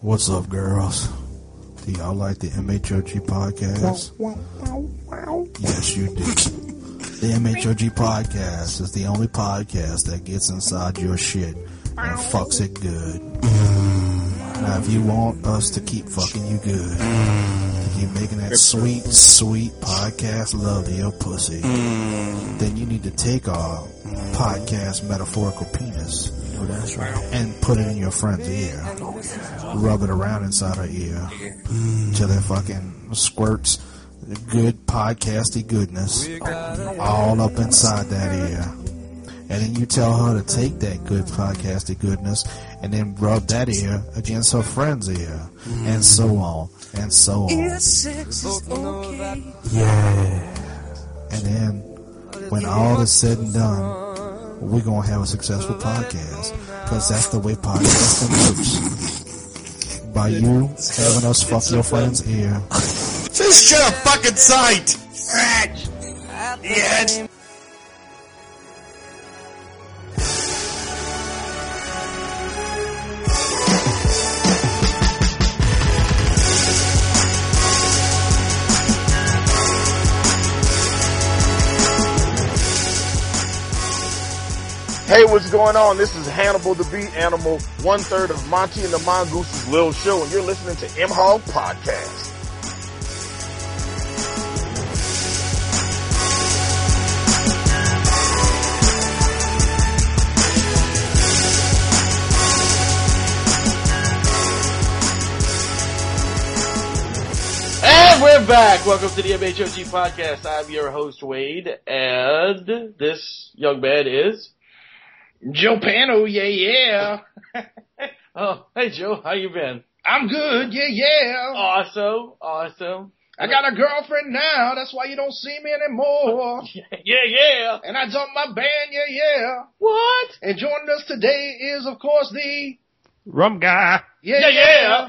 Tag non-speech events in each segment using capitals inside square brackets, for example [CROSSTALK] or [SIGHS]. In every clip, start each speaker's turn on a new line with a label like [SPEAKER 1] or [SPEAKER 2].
[SPEAKER 1] What's up, girls? Do y'all like the MHOG podcast? Yes, you do. the MHOG podcast is the only podcast that gets inside your shit and fucks it good. Now, if you want us to keep fucking you good, to keep making that sweet, sweet podcast love to your pussy, then you need to take our podcast metaphorical penis and put it in your friend's ear. Rub it around inside her ear till it fucking squirts good podcasty goodness all up inside that ear. And then you tell her to take that good podcasty goodness and then rub that ear against her friend's ear. And so on. And so on.
[SPEAKER 2] Sex is okay.
[SPEAKER 1] And then when all is said and done, we're gonna have a successful podcast because that's the way podcasting works. By you having us fuck your friend's ear,
[SPEAKER 3] Just shut a fucking sight! Yes!
[SPEAKER 4] Hey, what's going on? This is Hannibal the Bee Animal, one third of Monty and the Mongoose's Lil Show, and you're listening to M Hog Podcast.
[SPEAKER 5] And we're back. Welcome to the MHOG podcast. I'm your host Wade, and this young man is
[SPEAKER 6] Joe Pano, yeah, yeah.
[SPEAKER 5] Oh, hey Joe, how you been?
[SPEAKER 6] I'm good, yeah, yeah.
[SPEAKER 5] Awesome, awesome.
[SPEAKER 6] I got a girlfriend now, that's why you don't see me anymore.
[SPEAKER 5] [LAUGHS] Yeah, yeah.
[SPEAKER 6] And I dumped my band, yeah, yeah.
[SPEAKER 5] What?
[SPEAKER 6] And joining us today is, of course, the
[SPEAKER 7] Rum guy.
[SPEAKER 6] yeah,
[SPEAKER 5] Yeah, yeah.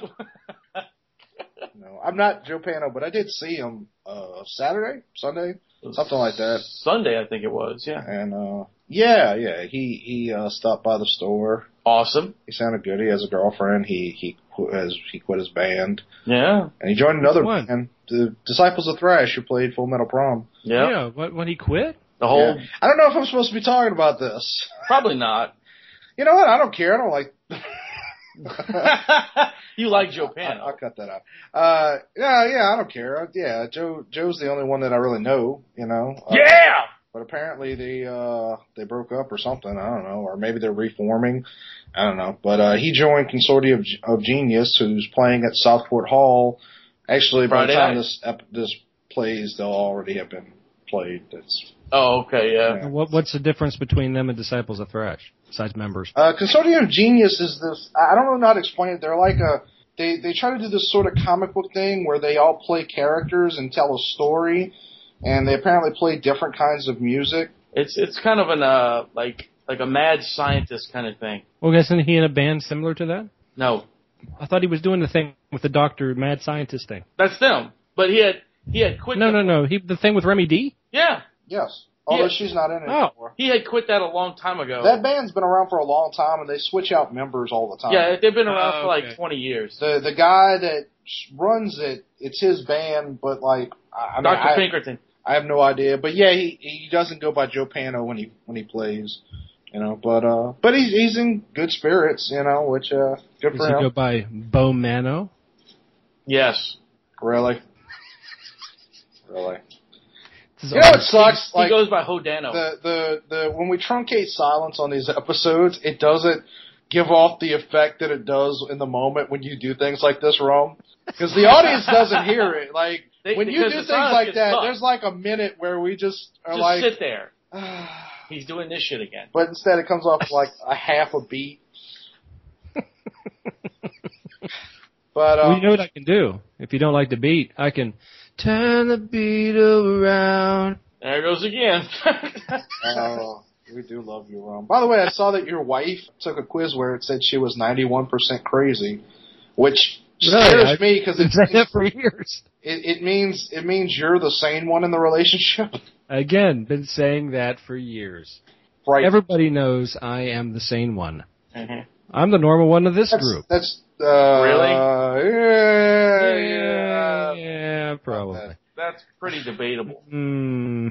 [SPEAKER 6] No, I'm not Joe Pano, but I did see him uh Saturday, Sunday, something like that.
[SPEAKER 5] Sunday, I think it was. Yeah.
[SPEAKER 6] And uh yeah, yeah, he he uh stopped by the store.
[SPEAKER 5] Awesome.
[SPEAKER 6] He sounded good. He has a girlfriend. He he qu- has he quit his band
[SPEAKER 5] Yeah.
[SPEAKER 6] and he joined another
[SPEAKER 7] What?
[SPEAKER 6] band, the Disciples of Thrash, who played Full Metal Prom.
[SPEAKER 5] Yeah.
[SPEAKER 7] Yeah, Oh, what, when he quit?
[SPEAKER 5] The whole.
[SPEAKER 6] Yeah. I don't know if I'm supposed to be talking about this. [LAUGHS]
[SPEAKER 5] Probably not. [LAUGHS]
[SPEAKER 6] You know what? I don't care. I don't like.
[SPEAKER 5] you like Joe
[SPEAKER 6] I, I'll
[SPEAKER 5] Pano?
[SPEAKER 6] cut that out. Uh, yeah, yeah, I don't care. Yeah, Joe, Joe's the only one that I really know. You know. Uh,
[SPEAKER 5] Yeah.
[SPEAKER 6] But apparently they uh they broke up or something. I don't know, or maybe they're reforming. I don't know. But uh he joined Consortium of, of Genius, who's playing at Southport Hall. Actually, by
[SPEAKER 5] Friday
[SPEAKER 6] the time
[SPEAKER 5] night.
[SPEAKER 6] this ep- this plays, they'll already have been played. That's
[SPEAKER 5] Oh, okay. Yeah.
[SPEAKER 7] What, what's the difference between them and Disciples of Thrash, besides members?
[SPEAKER 6] Uh, Consortium of Genius is this. I I don't know how to explain it. They're like a. They they try to do this sort of comic book thing where they all play characters and tell a story, and they apparently play different kinds of music.
[SPEAKER 5] It's it's kind of an uh like like a mad scientist kind of thing.
[SPEAKER 7] Well, isn't he in a band similar to that?
[SPEAKER 5] No,
[SPEAKER 7] I thought he was doing the thing with the doctor, mad scientist thing.
[SPEAKER 5] that's them. But he had he had quit.
[SPEAKER 7] No,
[SPEAKER 5] the-
[SPEAKER 7] no, no. He the thing with Remy D.
[SPEAKER 5] Yeah.
[SPEAKER 6] Yes, although
[SPEAKER 5] Yeah.
[SPEAKER 6] she's not in it
[SPEAKER 7] Oh.
[SPEAKER 6] anymore.
[SPEAKER 5] He had quit that a long time ago.
[SPEAKER 6] That band's been around for a long time, and they switch out members all the time.
[SPEAKER 5] yeah, they've been around
[SPEAKER 7] Oh,
[SPEAKER 5] for like
[SPEAKER 7] okay.
[SPEAKER 5] 20 years.
[SPEAKER 6] The the guy that runs it, it's his band, but like I, I, mean,
[SPEAKER 5] Dr.
[SPEAKER 6] I,
[SPEAKER 5] Pinkerton.
[SPEAKER 6] I have no idea, but yeah, he he doesn't go by Joe Pano when he when he plays, you know. But uh, but he's he's in good spirits, you know, which uh, good
[SPEAKER 7] Does
[SPEAKER 6] for
[SPEAKER 7] he
[SPEAKER 6] him.
[SPEAKER 7] go by Bo Mano?
[SPEAKER 5] Yes.
[SPEAKER 6] Really, really.
[SPEAKER 7] This is
[SPEAKER 6] You know
[SPEAKER 7] all-
[SPEAKER 6] what sucks? Like
[SPEAKER 5] he goes by Hodano.
[SPEAKER 6] the the the when we truncate silence on these episodes, it doesn't give off the effect that it does in the moment when you do things like this, Rome. Because
[SPEAKER 5] [LAUGHS]
[SPEAKER 6] the audience doesn't hear it. Like
[SPEAKER 5] They-
[SPEAKER 6] when you do
[SPEAKER 5] because the
[SPEAKER 6] things
[SPEAKER 5] silence
[SPEAKER 6] like
[SPEAKER 5] gets
[SPEAKER 6] that,
[SPEAKER 5] stuck.
[SPEAKER 6] there's like a minute where we just are
[SPEAKER 5] Just
[SPEAKER 6] like.
[SPEAKER 5] sit there.
[SPEAKER 6] [SIGHS]
[SPEAKER 5] He's doing this shit again.
[SPEAKER 6] but instead it comes off like a half a beat.
[SPEAKER 5] [LAUGHS]
[SPEAKER 6] but
[SPEAKER 7] Well,
[SPEAKER 6] um,
[SPEAKER 7] you know what I can do? If you don't like the beat, I can turn the
[SPEAKER 6] [LAUGHS]
[SPEAKER 7] beat around.
[SPEAKER 5] There it goes again. [LAUGHS]
[SPEAKER 6] oh, we do love you, Ron. By the way, I saw that your wife took a quiz where it said she was ninety-one percent crazy, which
[SPEAKER 7] Really?
[SPEAKER 6] scares
[SPEAKER 7] I've
[SPEAKER 6] me because it,
[SPEAKER 7] [LAUGHS] I've said that
[SPEAKER 6] it,
[SPEAKER 7] for years.
[SPEAKER 6] it means it means you're the sane one in the relationship, [LAUGHS]
[SPEAKER 7] Again, been saying that for years.
[SPEAKER 6] right? Mm-hmm.
[SPEAKER 7] Everybody knows I am the sane one.
[SPEAKER 5] Mhm.
[SPEAKER 7] I'm the normal one of this
[SPEAKER 6] that's,
[SPEAKER 7] group.
[SPEAKER 6] that's Uh,
[SPEAKER 5] Really?
[SPEAKER 6] Yeah, yeah.
[SPEAKER 7] Yeah, yeah probably.
[SPEAKER 5] That's pretty debatable.
[SPEAKER 7] Hmm.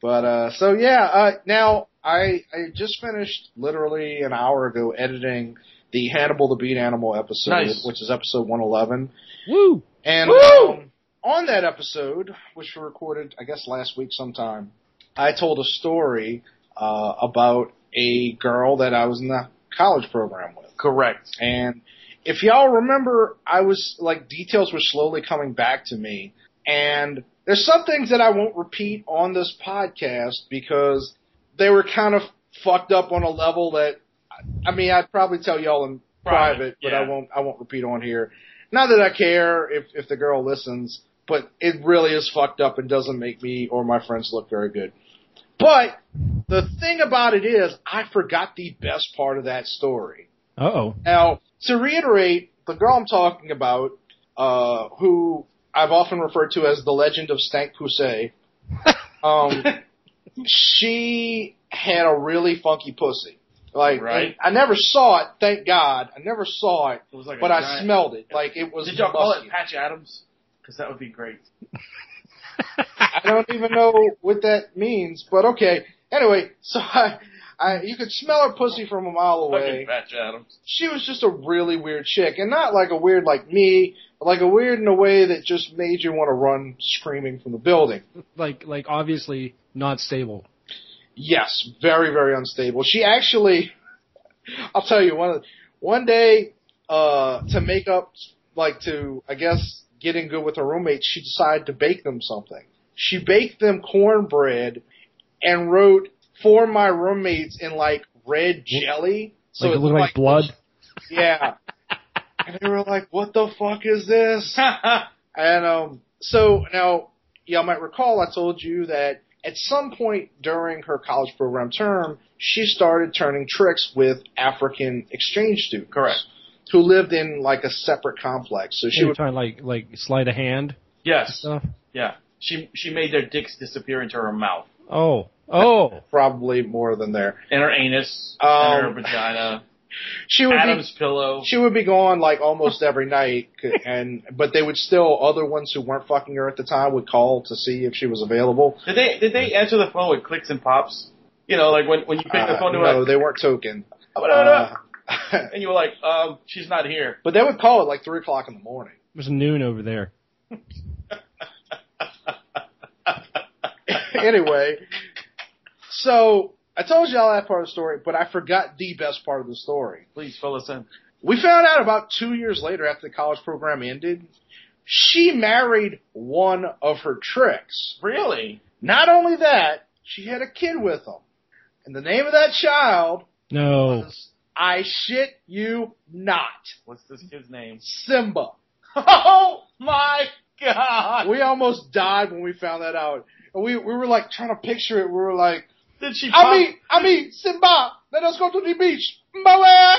[SPEAKER 6] But uh, so yeah. Uh, now I I just finished literally an hour ago editing the Hannibal the Beat Animal episode,
[SPEAKER 5] Nice.
[SPEAKER 6] which is episode one eleven.
[SPEAKER 7] Woo!
[SPEAKER 6] And
[SPEAKER 5] Woo!
[SPEAKER 6] um, on that episode, which we recorded, I guess last week sometime, I told a story uh, about a girl that I was in the college program with.
[SPEAKER 5] Correct.
[SPEAKER 6] And if y'all remember, I was like details were slowly coming back to me. And there's some things that I won't repeat on this podcast because they were kind of fucked up on a level that I mean I'd probably tell y'all in
[SPEAKER 5] Private,
[SPEAKER 6] private, but
[SPEAKER 5] yeah.
[SPEAKER 6] I won't I won't repeat on here. Not that I care if if the girl listens, but it really is fucked up and doesn't make me or my friends look very good. But the thing about it is, I forgot the best part of that story.
[SPEAKER 7] Uh oh.
[SPEAKER 6] Now, to reiterate, the girl I'm talking about, uh, who I've often referred to as the legend of Stank Pousse,
[SPEAKER 5] [LAUGHS]
[SPEAKER 6] um, she had a really funky pussy. Like,
[SPEAKER 5] Right.
[SPEAKER 6] I never saw it, thank God. I never saw it,
[SPEAKER 5] It was like
[SPEAKER 6] but
[SPEAKER 5] a
[SPEAKER 6] I
[SPEAKER 5] giant-
[SPEAKER 6] smelled it. Like, it was
[SPEAKER 5] Did y'all call it
[SPEAKER 6] musky.
[SPEAKER 5] Patch Adams? Because that would be great.
[SPEAKER 6] I don't even know what that means, but okay. Anyway, so [LAUGHS] I, I, you could smell her pussy from a mile
[SPEAKER 5] Fucking
[SPEAKER 6] away.
[SPEAKER 5] Patch Adams.
[SPEAKER 6] she was just a really weird chick, and not like a weird like me, but like a weird in a way that just made you want to run screaming from the building.
[SPEAKER 7] Like, like obviously not stable.
[SPEAKER 6] Yes, very very unstable. She actually, [LAUGHS] I'll tell you one one day uh, to make up like to I guess getting good with her roommates, she decided to bake them something. She baked them cornbread and wrote for my roommates in like red jelly. So
[SPEAKER 7] like it
[SPEAKER 6] it
[SPEAKER 7] looked like
[SPEAKER 6] looked
[SPEAKER 7] blood.
[SPEAKER 5] [LAUGHS]
[SPEAKER 6] Yeah. and they were like, what the fuck
[SPEAKER 5] [LAUGHS]
[SPEAKER 6] is this? and um, so now, y'all might recall I told you that at some point during her college program term, she started turning tricks with African exchange students.
[SPEAKER 5] Correct.
[SPEAKER 6] Who lived in like a separate complex. So she
[SPEAKER 7] She was
[SPEAKER 6] would,
[SPEAKER 7] trying like, like sleight of hand
[SPEAKER 5] Yes.
[SPEAKER 7] stuff.
[SPEAKER 5] Yeah. She she made their dicks disappear into her mouth
[SPEAKER 7] Oh, oh.
[SPEAKER 6] probably more than there.
[SPEAKER 5] and her anus and her
[SPEAKER 6] Um,
[SPEAKER 5] vagina.
[SPEAKER 6] She would be
[SPEAKER 5] Adam's pillow.
[SPEAKER 6] she would be gone like almost every night, [LAUGHS] c- and but they would still other ones who weren't fucking her at the time would call to see if she was available.
[SPEAKER 5] Did they did they answer the phone with clicks and pops? You know, like when when you pick the
[SPEAKER 6] Uh,
[SPEAKER 5] phone to
[SPEAKER 6] no,
[SPEAKER 5] a,
[SPEAKER 6] they weren't token.
[SPEAKER 5] Uh,
[SPEAKER 6] Uh,
[SPEAKER 5] and you were like, um, she's not here.
[SPEAKER 6] but they would call at like three o'clock in the morning. [LAUGHS]
[SPEAKER 7] It was noon over there.
[SPEAKER 6] anyway, so I told you all that part of the story, but I forgot the best part of the story.
[SPEAKER 5] Please fill us in.
[SPEAKER 6] We found out about two years later after the college program ended, she married one of her tricks.
[SPEAKER 5] Really?
[SPEAKER 6] Not only that, she had a kid with him. And the name of that child
[SPEAKER 7] No.
[SPEAKER 6] was, I shit you not,
[SPEAKER 5] What's this kid's name? [LAUGHS]
[SPEAKER 6] Simba. [LAUGHS]
[SPEAKER 5] Oh my god!
[SPEAKER 6] We almost died when we found that out. And we, we were like trying to picture it. We were like,
[SPEAKER 5] Did she? Pop,
[SPEAKER 6] I mean, I mean, Simba, let us go to the beach. Mbawe!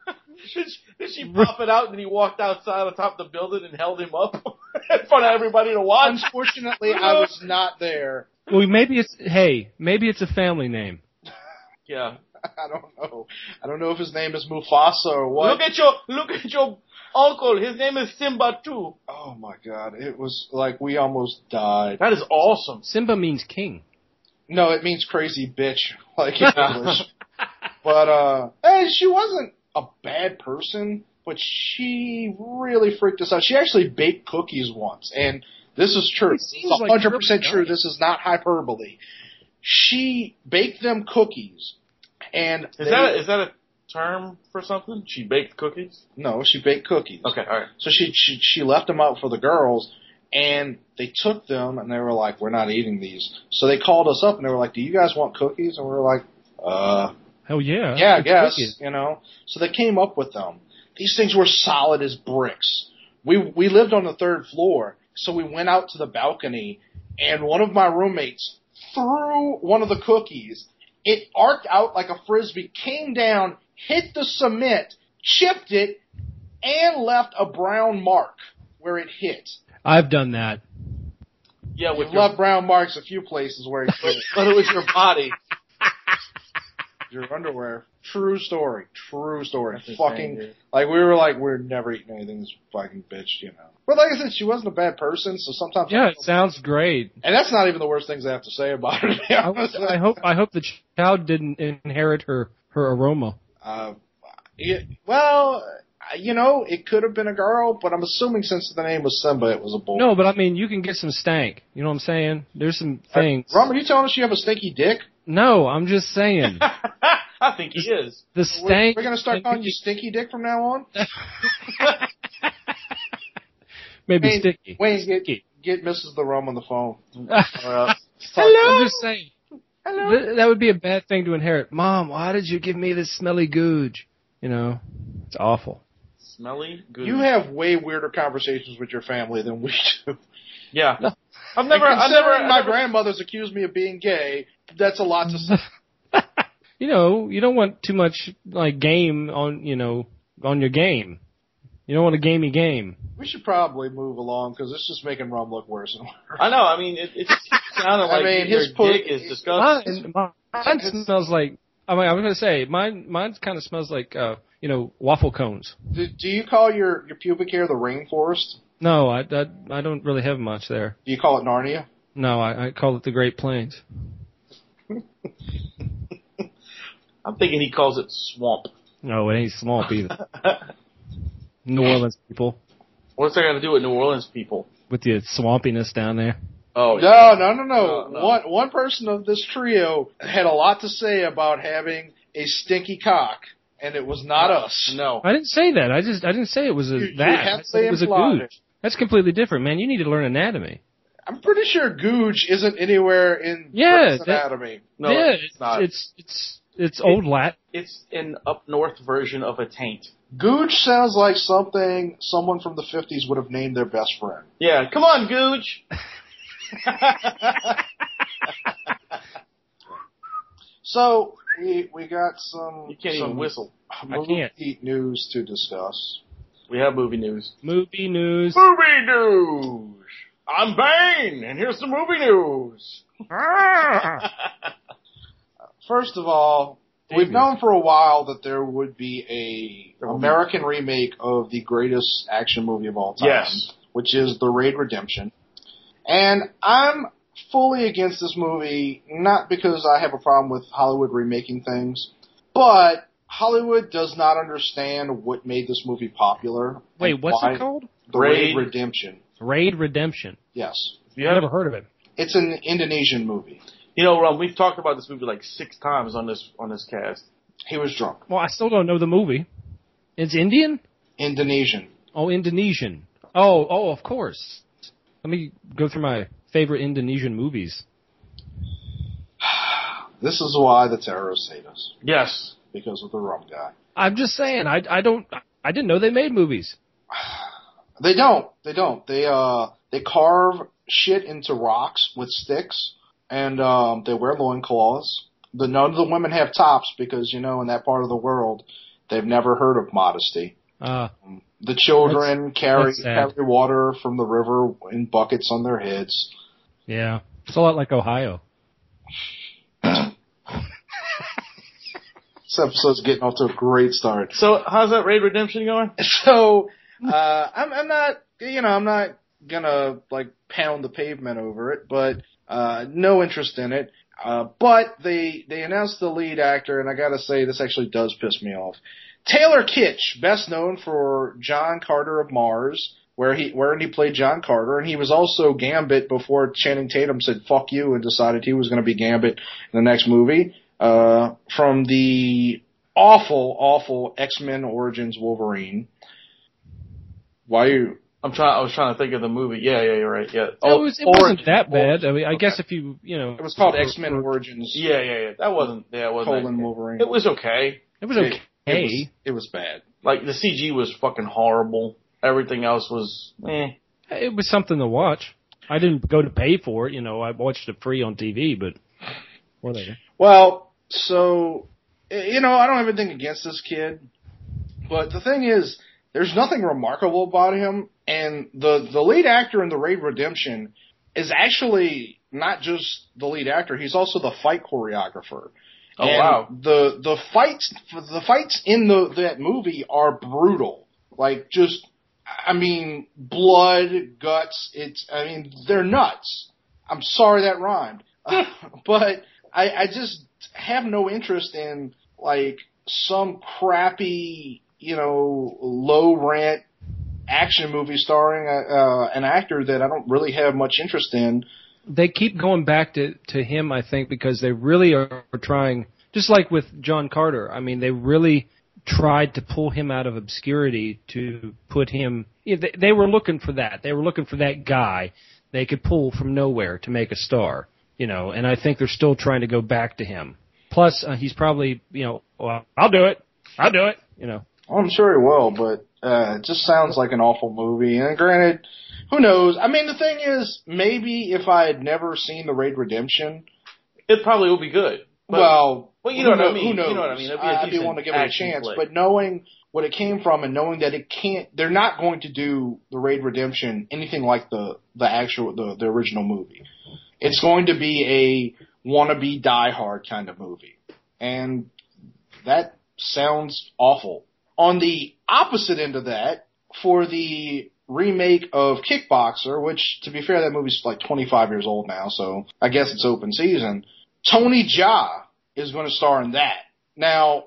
[SPEAKER 5] [LAUGHS] did she, did she pop it out and he walked outside on top of the building and held him up [LAUGHS] in front of everybody to watch?
[SPEAKER 6] Unfortunately,
[SPEAKER 5] [LAUGHS]
[SPEAKER 6] I was not there.
[SPEAKER 7] Well, maybe it's hey, maybe it's a family name.
[SPEAKER 5] Yeah.
[SPEAKER 6] I don't know. I don't know if his name is Mufasa or what.
[SPEAKER 5] Look at your look at your uncle. His name is Simba too.
[SPEAKER 6] oh my god, it was like we almost died.
[SPEAKER 5] That is awesome.
[SPEAKER 7] Simba means king.
[SPEAKER 6] No, it means crazy bitch, [LAUGHS] like in
[SPEAKER 7] [LAUGHS]
[SPEAKER 6] English. But, uh, hey, she wasn't a bad person, but she really freaked us out. She actually baked cookies once, and this is true.
[SPEAKER 7] It
[SPEAKER 6] It's
[SPEAKER 7] seems like
[SPEAKER 6] 100%
[SPEAKER 7] really
[SPEAKER 6] true.
[SPEAKER 7] nice.
[SPEAKER 6] This is not hyperbole. She baked them cookies, and
[SPEAKER 5] Is
[SPEAKER 6] they-
[SPEAKER 5] that is that a term for something? She baked cookies.
[SPEAKER 6] no, she baked cookies.
[SPEAKER 5] Okay, all right. [LAUGHS]
[SPEAKER 6] So she, she she left them out for the girls, and they took them, and they were like, "We're not eating these." So they called us up, and they were like, "Do you guys want cookies?" And we were like, "Uh,
[SPEAKER 7] Hell yeah.
[SPEAKER 6] yeah, I
[SPEAKER 7] It's
[SPEAKER 6] guess."
[SPEAKER 7] wicked.
[SPEAKER 6] You know. So they came up with them. These things were solid as bricks. We we lived on the third floor, so we went out to the balcony, and one of my roommates threw one of the cookies. It arced out like a frisbee, came down, hit the cement, chipped it, and left a brown mark where it hit.
[SPEAKER 7] I've done that.
[SPEAKER 5] Yeah,
[SPEAKER 6] We
[SPEAKER 5] with your, [LAUGHS]
[SPEAKER 6] left brown marks a few places where it hit.
[SPEAKER 5] but it was your body.
[SPEAKER 6] [LAUGHS] your underwear. True story. True story.
[SPEAKER 5] That's insane,
[SPEAKER 6] fucking
[SPEAKER 5] dude.
[SPEAKER 6] like we were like we're never eating anything this fucking bitch, you know. But like I said, she wasn't a bad person, so sometimes
[SPEAKER 7] Yeah, it sounds great.
[SPEAKER 6] and that's not even the worst things I have to say about her. To be
[SPEAKER 7] I,
[SPEAKER 6] honest.
[SPEAKER 7] I hope I hope the child didn't inherit her her aroma.
[SPEAKER 6] Uh, it, well, uh, you know, it could have been a girl, but I'm assuming since the name was Simba, it was a boy.
[SPEAKER 7] No, but I mean, you can get some stank. You know what I'm saying? There's some
[SPEAKER 6] Uh,
[SPEAKER 7] things.
[SPEAKER 6] Rum, are you telling us you have a stinky dick?
[SPEAKER 7] No, I'm just
[SPEAKER 6] [LAUGHS]
[SPEAKER 7] saying
[SPEAKER 5] I think he is.
[SPEAKER 7] the
[SPEAKER 6] We're,
[SPEAKER 7] stank.
[SPEAKER 6] we're gonna start calling you Stinky Dick from now on.
[SPEAKER 7] [LAUGHS] maybe
[SPEAKER 6] Wayne,
[SPEAKER 7] sticky.
[SPEAKER 6] Wayne, get,
[SPEAKER 7] Sticky.
[SPEAKER 6] get Mrs. the Rum on the phone.
[SPEAKER 7] [LAUGHS] uh, I'm just saying. Th- that would be a bad thing to inherit. Mom, why did you give me this smelly googe? You know, it's awful.
[SPEAKER 5] Smelly good.
[SPEAKER 6] You have way weirder conversations with your family than we do.
[SPEAKER 5] yeah. I've never,
[SPEAKER 6] and
[SPEAKER 5] I've
[SPEAKER 6] considering
[SPEAKER 5] never, I've
[SPEAKER 6] my
[SPEAKER 5] never-
[SPEAKER 6] grandmother's accused me of being gay. That's a lot to
[SPEAKER 5] [LAUGHS]
[SPEAKER 6] say.
[SPEAKER 7] you know, you don't want too much like game on you know on your game. You don't want a gamey game.
[SPEAKER 6] We should probably move along because it's just making Rum look worse and worse.
[SPEAKER 5] I know. I mean, it, it just sounded
[SPEAKER 6] [LAUGHS] I
[SPEAKER 5] like
[SPEAKER 6] mean,
[SPEAKER 5] your
[SPEAKER 6] his po-
[SPEAKER 5] dick is disgusting.
[SPEAKER 7] Mine, mine smells like. I mean, I was gonna say mine. Mine kind of smells like uh, you know waffle cones.
[SPEAKER 6] Do, do you call your, your pubic hair the rainforest?
[SPEAKER 7] No, I, I I don't really have much there.
[SPEAKER 6] Do you call it Narnia?
[SPEAKER 7] No, I, I call it the Great Plains.
[SPEAKER 5] I'm thinking he calls it swamp.
[SPEAKER 7] No, it ain't swamp either. New Orleans people
[SPEAKER 5] What's that got to do with New Orleans people?
[SPEAKER 7] with the swampiness down there.
[SPEAKER 5] Oh,
[SPEAKER 6] No, no, no,
[SPEAKER 5] No,
[SPEAKER 6] no.
[SPEAKER 5] no.
[SPEAKER 6] One one person of this trio had a lot to say about having a stinky cock, and it was not us.
[SPEAKER 5] no.
[SPEAKER 7] I didn't say that. I just I didn't say it was a
[SPEAKER 6] You- you
[SPEAKER 7] that.
[SPEAKER 6] have
[SPEAKER 7] I said it was a
[SPEAKER 6] implied it.
[SPEAKER 7] gooch. That's completely different, man. You need to learn anatomy.
[SPEAKER 6] I'm pretty sure Googe isn't anywhere in
[SPEAKER 7] Yeah,
[SPEAKER 6] Grey's
[SPEAKER 7] that-
[SPEAKER 6] Anatomy.
[SPEAKER 5] No,
[SPEAKER 7] yeah,
[SPEAKER 5] it's not. It's,
[SPEAKER 7] It's it's it's old Latin.
[SPEAKER 5] an up north version of a taint.
[SPEAKER 6] Googe sounds like something someone from the 50s would have named their best friend.
[SPEAKER 5] Yeah, come on,
[SPEAKER 6] [LAUGHS]
[SPEAKER 5] Gooch.
[SPEAKER 6] So we we got some
[SPEAKER 5] You can't
[SPEAKER 6] some
[SPEAKER 5] even
[SPEAKER 6] [LAUGHS]
[SPEAKER 5] whistle.
[SPEAKER 6] movie
[SPEAKER 7] I
[SPEAKER 6] news to discuss.
[SPEAKER 5] We have movie news.
[SPEAKER 7] Movie news.
[SPEAKER 5] Movie news. I'm Bane, and here's the movie news.
[SPEAKER 6] First of all, we've
[SPEAKER 7] David.
[SPEAKER 6] known for a while that there would be a
[SPEAKER 5] will be.
[SPEAKER 6] American remake of the greatest action movie of all time,
[SPEAKER 5] Yes.
[SPEAKER 6] which is The Raid Redemption. And I'm fully against this movie, not because I have a problem with Hollywood remaking things, but Hollywood does not understand what made this movie popular.
[SPEAKER 7] Wait,
[SPEAKER 6] and
[SPEAKER 7] what's
[SPEAKER 6] why-
[SPEAKER 7] it called?
[SPEAKER 6] The Raid
[SPEAKER 5] Raid?
[SPEAKER 6] Redemption.
[SPEAKER 7] Raid Redemption.
[SPEAKER 6] Yes.
[SPEAKER 5] You,
[SPEAKER 7] I've
[SPEAKER 5] have,
[SPEAKER 7] never heard of it.
[SPEAKER 6] It's an Indonesian movie.
[SPEAKER 5] you know, Ron, we've talked about this movie like six times on this on this cast.
[SPEAKER 6] He was drunk.
[SPEAKER 7] Well, I still don't know the movie. It's Indian?
[SPEAKER 6] Indonesian.
[SPEAKER 7] Oh, Indonesian. Oh, oh, of course. Let me go through my favorite Indonesian movies.
[SPEAKER 6] This is why the terrorists hate us.
[SPEAKER 5] Yes.
[SPEAKER 6] because of the rum guy.
[SPEAKER 7] I'm just saying, I, I don't, I didn't know they made movies.
[SPEAKER 6] They don't. They don't. They uh they carve shit into rocks with sticks, and um, they wear loincloths. The none of the women have tops because you know in that part of the world they've never heard of modesty.
[SPEAKER 7] Uh,
[SPEAKER 6] The children carry
[SPEAKER 7] that's sad.
[SPEAKER 6] carry water from the river in buckets on their heads.
[SPEAKER 7] yeah. It's a lot like Ohio.
[SPEAKER 6] This episode's getting off to a great start.
[SPEAKER 5] So how's that Raid Redemption going?
[SPEAKER 6] [LAUGHS] So uh, I'm, I'm not, you know, I'm not gonna like pound the pavement over it, but uh, no interest in it. Uh, but they they announced the lead actor, and I gotta say this actually does piss me off. Taylor Kitsch, best known for John Carter of Mars, where he wherein he played John Carter, and he was also Gambit before Channing Tatum said "fuck you" and decided he was going to be Gambit in the next movie. Uh, from the awful, awful X Men Origins Wolverine. Why you?
[SPEAKER 5] I'm trying. I was trying to think of the movie. Yeah, yeah, you're right. Yeah.
[SPEAKER 7] Oh, it, was, it wasn't
[SPEAKER 5] Origin.
[SPEAKER 7] that bad. I mean, I
[SPEAKER 6] Okay.
[SPEAKER 7] guess if you, you know,
[SPEAKER 6] It was called X Men Origins.
[SPEAKER 5] Yeah, yeah, yeah. That wasn't. Yeah, it wasn't.
[SPEAKER 6] colon Wolverine.
[SPEAKER 5] It was okay.
[SPEAKER 7] it was
[SPEAKER 6] It-
[SPEAKER 7] okay.
[SPEAKER 6] It was, it was bad.
[SPEAKER 5] Like the CG was fucking horrible. Everything else was eh.
[SPEAKER 7] It was something to watch. I didn't go to pay for it, you know. I watched it free on TV, but whatever.
[SPEAKER 6] Well, so y- you know, I don't have anything against this kid, but the thing is, there's nothing remarkable about him, and the the lead actor in the Raid Redemption is actually not just the lead actor; he's also the fight choreographer.
[SPEAKER 5] Oh
[SPEAKER 6] and
[SPEAKER 5] wow.
[SPEAKER 6] The the fights the fights in the that movie are brutal. Like just I mean blood, guts, it's I mean they're nuts. I'm sorry that rhymed. [LAUGHS] but I I just have no interest in like some crappy, you know, low rent action movie starring a, uh, an actor that I don't really have much interest in.
[SPEAKER 7] They keep going back to, to him, I think, because they really are trying, just like with John Carter, I mean, they really tried to pull him out of obscurity to put him, yeah, they, they were looking for that. They were looking for that guy they could pull from nowhere to make a star, you know, and I think they're still trying to go back to him. Plus, uh, he's probably, you know, well, I'll do it. I'll do it, you know.
[SPEAKER 6] Well, I'm sure he will, but uh, it just sounds like an awful movie. And granted, who knows? I mean, the thing is, maybe if I had never seen The Raid Redemption,
[SPEAKER 5] It probably will be good. But,
[SPEAKER 6] well,
[SPEAKER 5] well, you know
[SPEAKER 6] who
[SPEAKER 5] what I
[SPEAKER 6] kno-
[SPEAKER 5] mean.
[SPEAKER 6] Who knows?
[SPEAKER 5] You know what I mean. It'd be a
[SPEAKER 6] I, I
[SPEAKER 5] decent
[SPEAKER 6] want to give it a
[SPEAKER 5] action
[SPEAKER 6] chance,
[SPEAKER 5] flick.
[SPEAKER 6] but knowing what it came from and knowing that it can't, they're not going to do The Raid Redemption anything like the the actual the the original movie. It's going to be a wannabe Die Hard kind of movie, and that sounds awful. On the opposite end of that, for the remake of Kickboxer, which to be fair, that movie's like 25 years old now, so I guess it's open season. Tony Jaa is going to star in that. Now,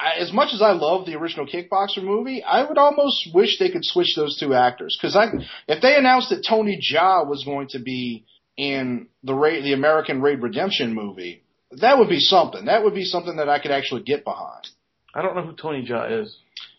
[SPEAKER 6] I, as much as I love the original Kickboxer movie, I would almost wish they could switch those two actors because I, if they announced that Tony Jaa was going to be in the Ra the American Raid Redemption movie, that would be something. That would be something that I could actually get behind.
[SPEAKER 5] I don't know who Tony Jaa is.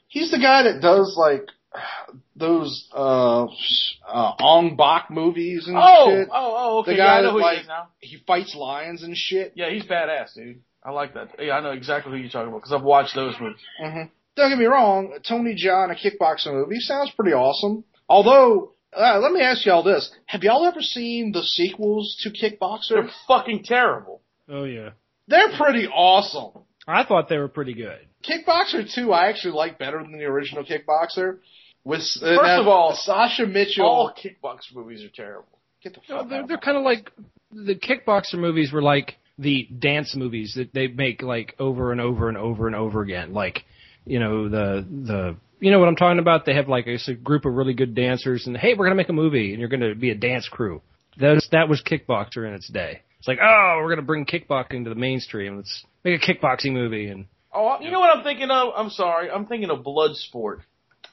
[SPEAKER 6] He's the guy that does like [SIGHS] those uh, uh Ong Bak movies and
[SPEAKER 5] Oh,
[SPEAKER 6] Mm, shit.
[SPEAKER 5] oh, oh, okay.
[SPEAKER 6] The
[SPEAKER 5] yeah,
[SPEAKER 6] guy
[SPEAKER 5] I know
[SPEAKER 6] that,
[SPEAKER 5] who he
[SPEAKER 6] like-
[SPEAKER 5] is now.
[SPEAKER 6] He fights lions and shit.
[SPEAKER 5] Yeah, he's badass, dude. I like that. Yeah, I know exactly who you're talking about because I've watched those movies.
[SPEAKER 6] hmm Don't get me wrong, Tony John, a kickboxing movie sounds pretty awesome. Although, uh, let me ask y'all this: Have y'all ever seen the sequels to Kickboxer?
[SPEAKER 5] They're fucking terrible.
[SPEAKER 7] Oh yeah.
[SPEAKER 6] They're pretty awesome.
[SPEAKER 7] I thought they were pretty good.
[SPEAKER 6] Kickboxer two, I actually like better than the original Kickboxer. With uh,
[SPEAKER 5] First
[SPEAKER 6] now,
[SPEAKER 5] of all,
[SPEAKER 6] Sasha Mitchell.
[SPEAKER 5] All kickbox movies are terrible.
[SPEAKER 6] get the
[SPEAKER 7] No,
[SPEAKER 6] fuck
[SPEAKER 7] they're
[SPEAKER 6] out.
[SPEAKER 7] they're kind of like the kickboxer movies were like the dance movies that they make like over and over and over and over again. Like, you know the the you know what I'm talking about. They have like it's a group of really good dancers, and hey, we're gonna make a movie, and you're gonna be a dance crew. That was, that was kickboxer in its day. It's like oh, we're gonna bring kickboxing to the mainstream. Let's make a kickboxing movie and
[SPEAKER 5] Oh, you know what I'm thinking of? I'm sorry. I'm thinking of Bloodsport.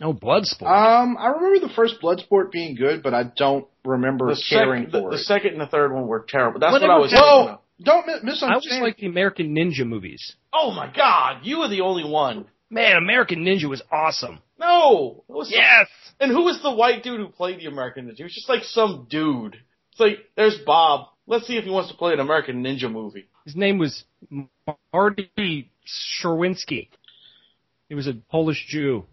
[SPEAKER 7] oh, Bloodsport.
[SPEAKER 6] Um, I remember the first Bloodsport being good, but I don't remember
[SPEAKER 5] The,
[SPEAKER 6] caring
[SPEAKER 5] sec- the,
[SPEAKER 6] for
[SPEAKER 5] the
[SPEAKER 6] it.
[SPEAKER 5] second and the third one were terrible. That's
[SPEAKER 7] Well, they
[SPEAKER 5] what I
[SPEAKER 7] were
[SPEAKER 5] was
[SPEAKER 7] terrible.
[SPEAKER 5] thinking of.
[SPEAKER 6] Whoa! Don't mi-
[SPEAKER 7] I was
[SPEAKER 6] misunderstand.
[SPEAKER 7] like the American Ninja movies.
[SPEAKER 5] Oh my god, you were the only one.
[SPEAKER 7] Man, American Ninja was awesome.
[SPEAKER 5] No. It was-
[SPEAKER 7] Yes.
[SPEAKER 5] And who was the white dude who played the American Ninja? He was just like some dude. It's like, there's Bob. Let's see if he wants to play an American Ninja movie. [SIGHS]
[SPEAKER 7] His name was Marty Sherwinski. He was a Polish Jew.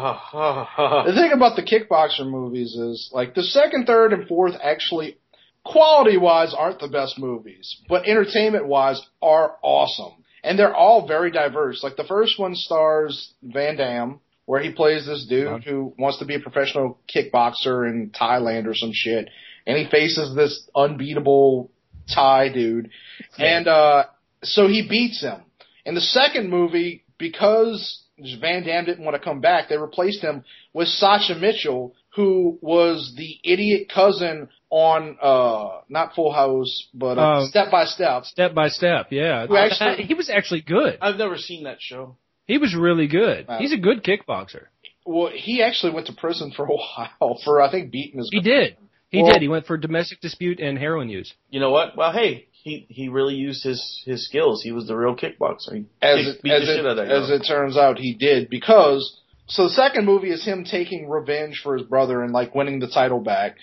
[SPEAKER 6] The thing about the kickboxer movies is like the second, third, and fourth actually quality wise aren't the best movies, but entertainment wise are awesome. And they're all very diverse. Like the first one stars Van Damme, where he plays this dude who wants to be a professional kickboxer in Thailand or some shit. And he faces this unbeatable Thai dude. And uh so he beats him. In the second movie, because Van Damme didn't want to come back, they replaced him with Sasha Mitchell, who was the idiot cousin on uh not Full House, but uh,
[SPEAKER 5] Oh.
[SPEAKER 7] Uh,
[SPEAKER 6] Step by Step.
[SPEAKER 7] Step by step, yeah.
[SPEAKER 6] Who actually-
[SPEAKER 7] he was actually good.
[SPEAKER 5] I've never seen that show.
[SPEAKER 7] He was really good.
[SPEAKER 6] Wow.
[SPEAKER 7] He's a good kickboxer.
[SPEAKER 6] Well, he actually went to prison for a [LAUGHS] while for I think beating his.
[SPEAKER 7] He did. He
[SPEAKER 6] Well-
[SPEAKER 7] did. He went for domestic dispute and heroin use.
[SPEAKER 5] You know what? Well, hey, he, he really used his, his skills. He was the real kickboxer. He
[SPEAKER 6] as
[SPEAKER 5] kicked-
[SPEAKER 6] it,
[SPEAKER 5] beat
[SPEAKER 6] as,
[SPEAKER 5] the shit out
[SPEAKER 6] it,
[SPEAKER 5] of that
[SPEAKER 6] as
[SPEAKER 5] guy.
[SPEAKER 6] it turns out he did because so the second movie is him taking revenge for his brother and like winning the title back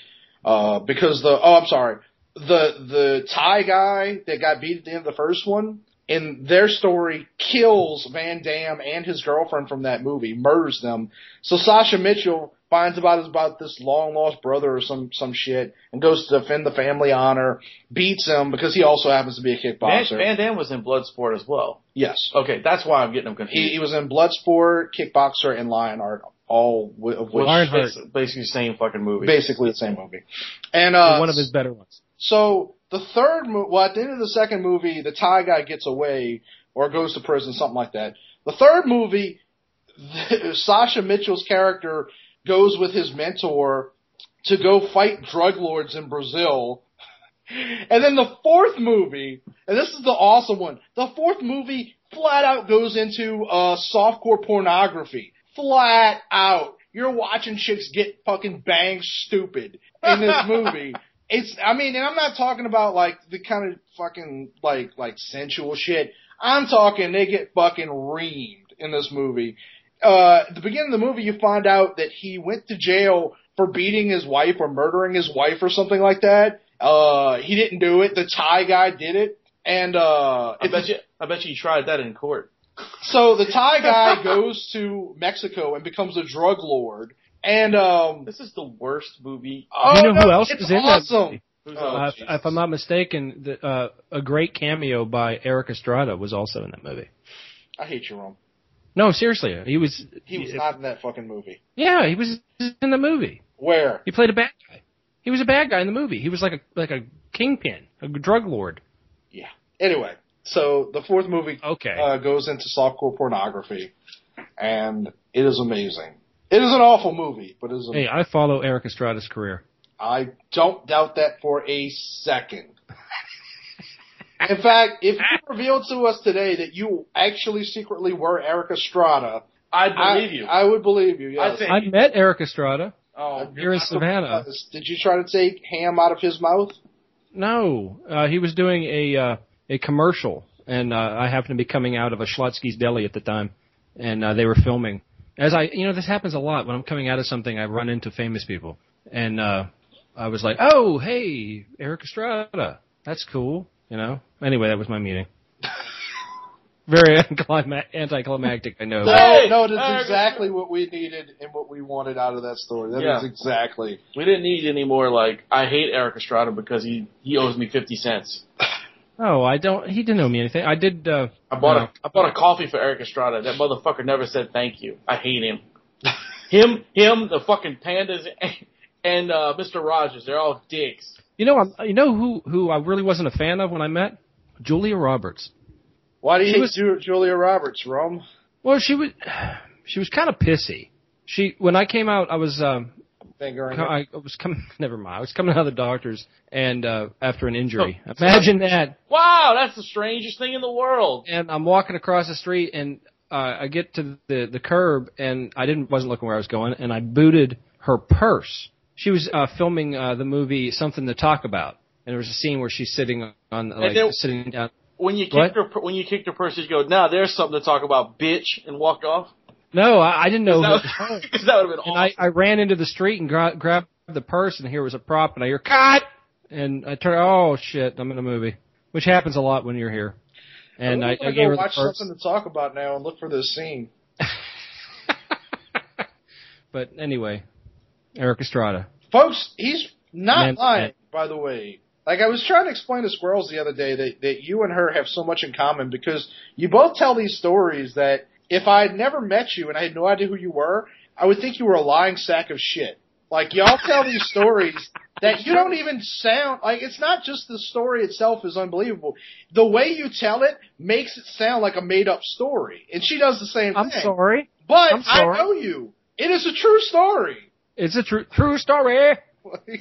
[SPEAKER 6] uh because the oh I'm sorry the the Thai guy that got beat at the end of the first one in their story kills Van Damme and his girlfriend from that movie murders them so Sasha Mitchell finds out about this long lost brother or some some shit and goes to defend the family honor beats him because he also happens to be a
[SPEAKER 5] Van,
[SPEAKER 6] kickboxer
[SPEAKER 5] Van Oh, Damme was in Bloodsport as well.
[SPEAKER 6] yes
[SPEAKER 5] Okay, that's why I'm getting him confused.
[SPEAKER 6] He, he was in Bloodsport, Kickboxer, and Lionheart, all wi- of which
[SPEAKER 5] which
[SPEAKER 7] Ironheart.
[SPEAKER 5] is basically the same fucking movie.
[SPEAKER 6] basically the same movie. And uh,
[SPEAKER 7] one of his better ones.
[SPEAKER 6] so the third, mo- well, at the end of the second movie, the Thai guy gets away or goes to prison, something like that. The third movie, [LAUGHS] Sasha Mitchell's character goes with his mentor to go fight drug lords in Brazil. And then the fourth movie, and this is the awesome one, the fourth movie flat out goes into uh, softcore pornography. Flat out. You're watching chicks get fucking bang stupid in this movie. It's, I mean, and I'm not talking about like the kind of fucking like, like sensual shit. I'm talking they get fucking reamed in this movie. Uh, at the beginning of the movie, you find out that he went to jail for beating his wife or murdering his wife or something like that. Uh, he didn't do it. The Thai guy did it. And, uh,
[SPEAKER 5] I bet you. I bet you tried that in court.
[SPEAKER 6] [LAUGHS] so the Thai guy goes to Mexico and becomes a drug lord. And, um,
[SPEAKER 5] This is the worst movie.
[SPEAKER 6] oh,
[SPEAKER 7] you know
[SPEAKER 6] no,
[SPEAKER 7] who else
[SPEAKER 6] it's
[SPEAKER 7] is in that
[SPEAKER 6] awesome.
[SPEAKER 7] movie?
[SPEAKER 5] Who's
[SPEAKER 7] Uh, if, if I'm not mistaken, the, uh, a great cameo by Eric Estrada was also in that movie.
[SPEAKER 6] I hate you, Rome.
[SPEAKER 7] No, seriously, he was.
[SPEAKER 6] He was not in that fucking movie.
[SPEAKER 7] Yeah, he was in the movie.
[SPEAKER 6] Where?
[SPEAKER 7] He played a bad guy. He was a bad guy in the movie. He was like a like a kingpin, a drug lord.
[SPEAKER 6] Anyway, so the fourth movie
[SPEAKER 7] Okay.
[SPEAKER 6] uh, goes into softcore pornography, and it is amazing. It is an awful movie, but it is. am-
[SPEAKER 7] hey, I follow Eric Estrada's career.
[SPEAKER 6] I don't doubt that for a second. In fact, if you revealed to us today that you actually secretly were Eric Estrada,
[SPEAKER 5] I
[SPEAKER 6] I,
[SPEAKER 5] believe you.
[SPEAKER 6] I would believe you. Yes.
[SPEAKER 5] I think.
[SPEAKER 7] I met Eric Estrada.
[SPEAKER 6] Uh,
[SPEAKER 5] oh,
[SPEAKER 7] You're in Savannah.
[SPEAKER 6] Did you try to take ham out of his mouth?
[SPEAKER 7] No, uh, he was doing a uh, a commercial, and uh, I happened to be coming out of a Schlotsky's deli at the time, and uh, they were filming. As I, you know, this happens a lot when I'm coming out of something. I run into famous people, and uh, I was like, "Oh, hey, Eric Estrada, that's cool," you know. Anyway, that was
[SPEAKER 6] [LAUGHS]
[SPEAKER 7] my meeting. Very [LAUGHS] unclima- anticlimactic, I know. but-
[SPEAKER 5] Hey,
[SPEAKER 6] no, no, that's
[SPEAKER 5] Eric
[SPEAKER 6] exactly what we needed and what we wanted out of that story. That is
[SPEAKER 5] Yeah.
[SPEAKER 6] exactly.
[SPEAKER 5] we didn't need any more. Like I hate Eric Estrada because he he owes me fifty cents.
[SPEAKER 7] Oh, I don't. He didn't owe me anything. I did. Uh,
[SPEAKER 5] I bought
[SPEAKER 7] No.
[SPEAKER 5] a I bought a coffee for Eric Estrada. That motherfucker never said thank you. I hate him. [LAUGHS] him, him, the fucking pandas, [LAUGHS] and, and uh, Mr. Rogers. They're all dicks.
[SPEAKER 7] you know, I'm, you know who who I really wasn't a fan of when I met Julia Roberts.
[SPEAKER 6] Why do you
[SPEAKER 7] She
[SPEAKER 6] hate
[SPEAKER 7] was-
[SPEAKER 6] Ju- Julia Roberts, Rome?
[SPEAKER 7] Well, she was [SIGHS] she was kind of pissy. She when I came out, I was um,
[SPEAKER 6] Finger in
[SPEAKER 7] co-
[SPEAKER 6] it.
[SPEAKER 7] I was coming. [LAUGHS] Never mind. I was coming out of the doctor's and uh, after an injury. Imagine that.
[SPEAKER 5] Wow, that's the strangest thing in the world.
[SPEAKER 7] And I'm walking across the street and uh, I get to the the curb and I didn't wasn't looking where I was going and I booted her purse. She was uh, filming uh, the movie Something to Talk About and there was a scene where she's sitting on like
[SPEAKER 5] there-
[SPEAKER 7] sitting down.
[SPEAKER 5] When you
[SPEAKER 7] What?
[SPEAKER 5] kicked her, when you kicked her person, you go, "Now there's something to talk about, bitch," and walked off.
[SPEAKER 7] No, I, I didn't know.
[SPEAKER 5] [LAUGHS] That,
[SPEAKER 7] who-
[SPEAKER 5] would have been awesome.
[SPEAKER 7] And I, I ran into the street and gra- grabbed the purse, and here was a prop, and I hear cut, and I turn, oh shit, I'm in a movie, which happens a lot when you're here. And I,
[SPEAKER 6] I'm
[SPEAKER 7] I
[SPEAKER 6] gonna
[SPEAKER 7] gave
[SPEAKER 6] go
[SPEAKER 7] her the
[SPEAKER 6] watch
[SPEAKER 7] purse, [LAUGHS]
[SPEAKER 6] something to talk about now and look for this scene.
[SPEAKER 7] but anyway, Eric Estrada.
[SPEAKER 6] Folks, he's not
[SPEAKER 7] Man-
[SPEAKER 6] lying,
[SPEAKER 7] man.
[SPEAKER 6] by the way. Like I was trying to explain to Squirrels the other day that, that you and her have so much in common because you both tell these stories that if I had never met you and I had no idea who you were, I would think you were a lying sack of shit. Like y'all tell
[SPEAKER 7] [LAUGHS]
[SPEAKER 6] these stories that you don't even sound like it's not just the story itself is unbelievable. The way you tell it makes it sound like a made up story. And she does the same
[SPEAKER 7] I'm
[SPEAKER 6] thing.
[SPEAKER 7] sorry.
[SPEAKER 6] But
[SPEAKER 7] I'm sorry.
[SPEAKER 6] I know you. It is a true story.
[SPEAKER 7] It's a true true story.
[SPEAKER 6] [LAUGHS]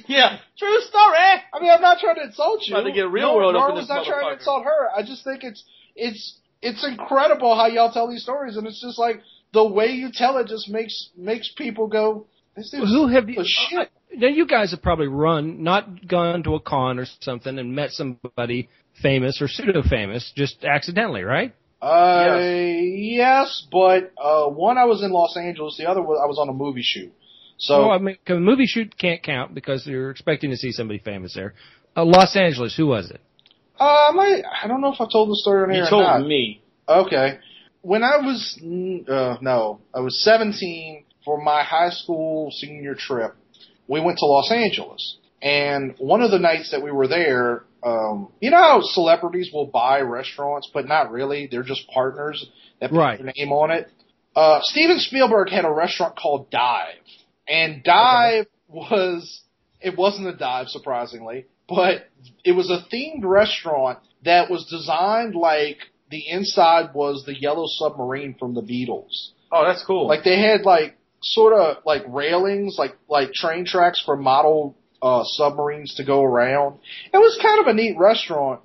[SPEAKER 5] yeah, true story.
[SPEAKER 6] I mean, I'm not trying to insult you.
[SPEAKER 5] About to get real
[SPEAKER 6] nor,
[SPEAKER 5] world up
[SPEAKER 6] nor
[SPEAKER 5] in
[SPEAKER 6] was
[SPEAKER 5] this
[SPEAKER 6] I trying
[SPEAKER 5] motherfucker.
[SPEAKER 6] to insult her. I just think it's it's it's incredible how y'all tell these stories, and it's just like the way you tell it just makes makes people go. This is
[SPEAKER 7] Who have you?
[SPEAKER 6] the Oh, shit.
[SPEAKER 7] Now you guys have probably run, not gone to a con or something, and met somebody famous or pseudo famous just accidentally, right?
[SPEAKER 6] Uh, yes, but uh, one I was in Los Angeles, the other was, I was on a movie shoot. So
[SPEAKER 7] Well, I mean, 'cause a movie shoot can't count because you're expecting to see somebody famous there. Uh, Los Angeles, who was it?
[SPEAKER 6] uh, I might I don't know if I told the story on
[SPEAKER 5] You
[SPEAKER 6] here or
[SPEAKER 5] told
[SPEAKER 6] not.
[SPEAKER 5] me.
[SPEAKER 6] Okay. When I was, mm, uh, no, I was 17 for my high school senior trip, we went to Los Angeles. And one of the nights that we were there, um, you know how celebrities will buy restaurants, but not really. They're just partners that put
[SPEAKER 7] Right.
[SPEAKER 6] their name on it. Uh, Steven Spielberg had a restaurant called Dive. And Dive was, it wasn't a dive, surprisingly. but it was a themed restaurant that was designed like the inside was the yellow submarine from the Beatles.
[SPEAKER 5] Oh, that's cool.
[SPEAKER 6] Like they had like sort of like railings, like like train tracks for model uh, submarines to go around. It was kind of a neat restaurant.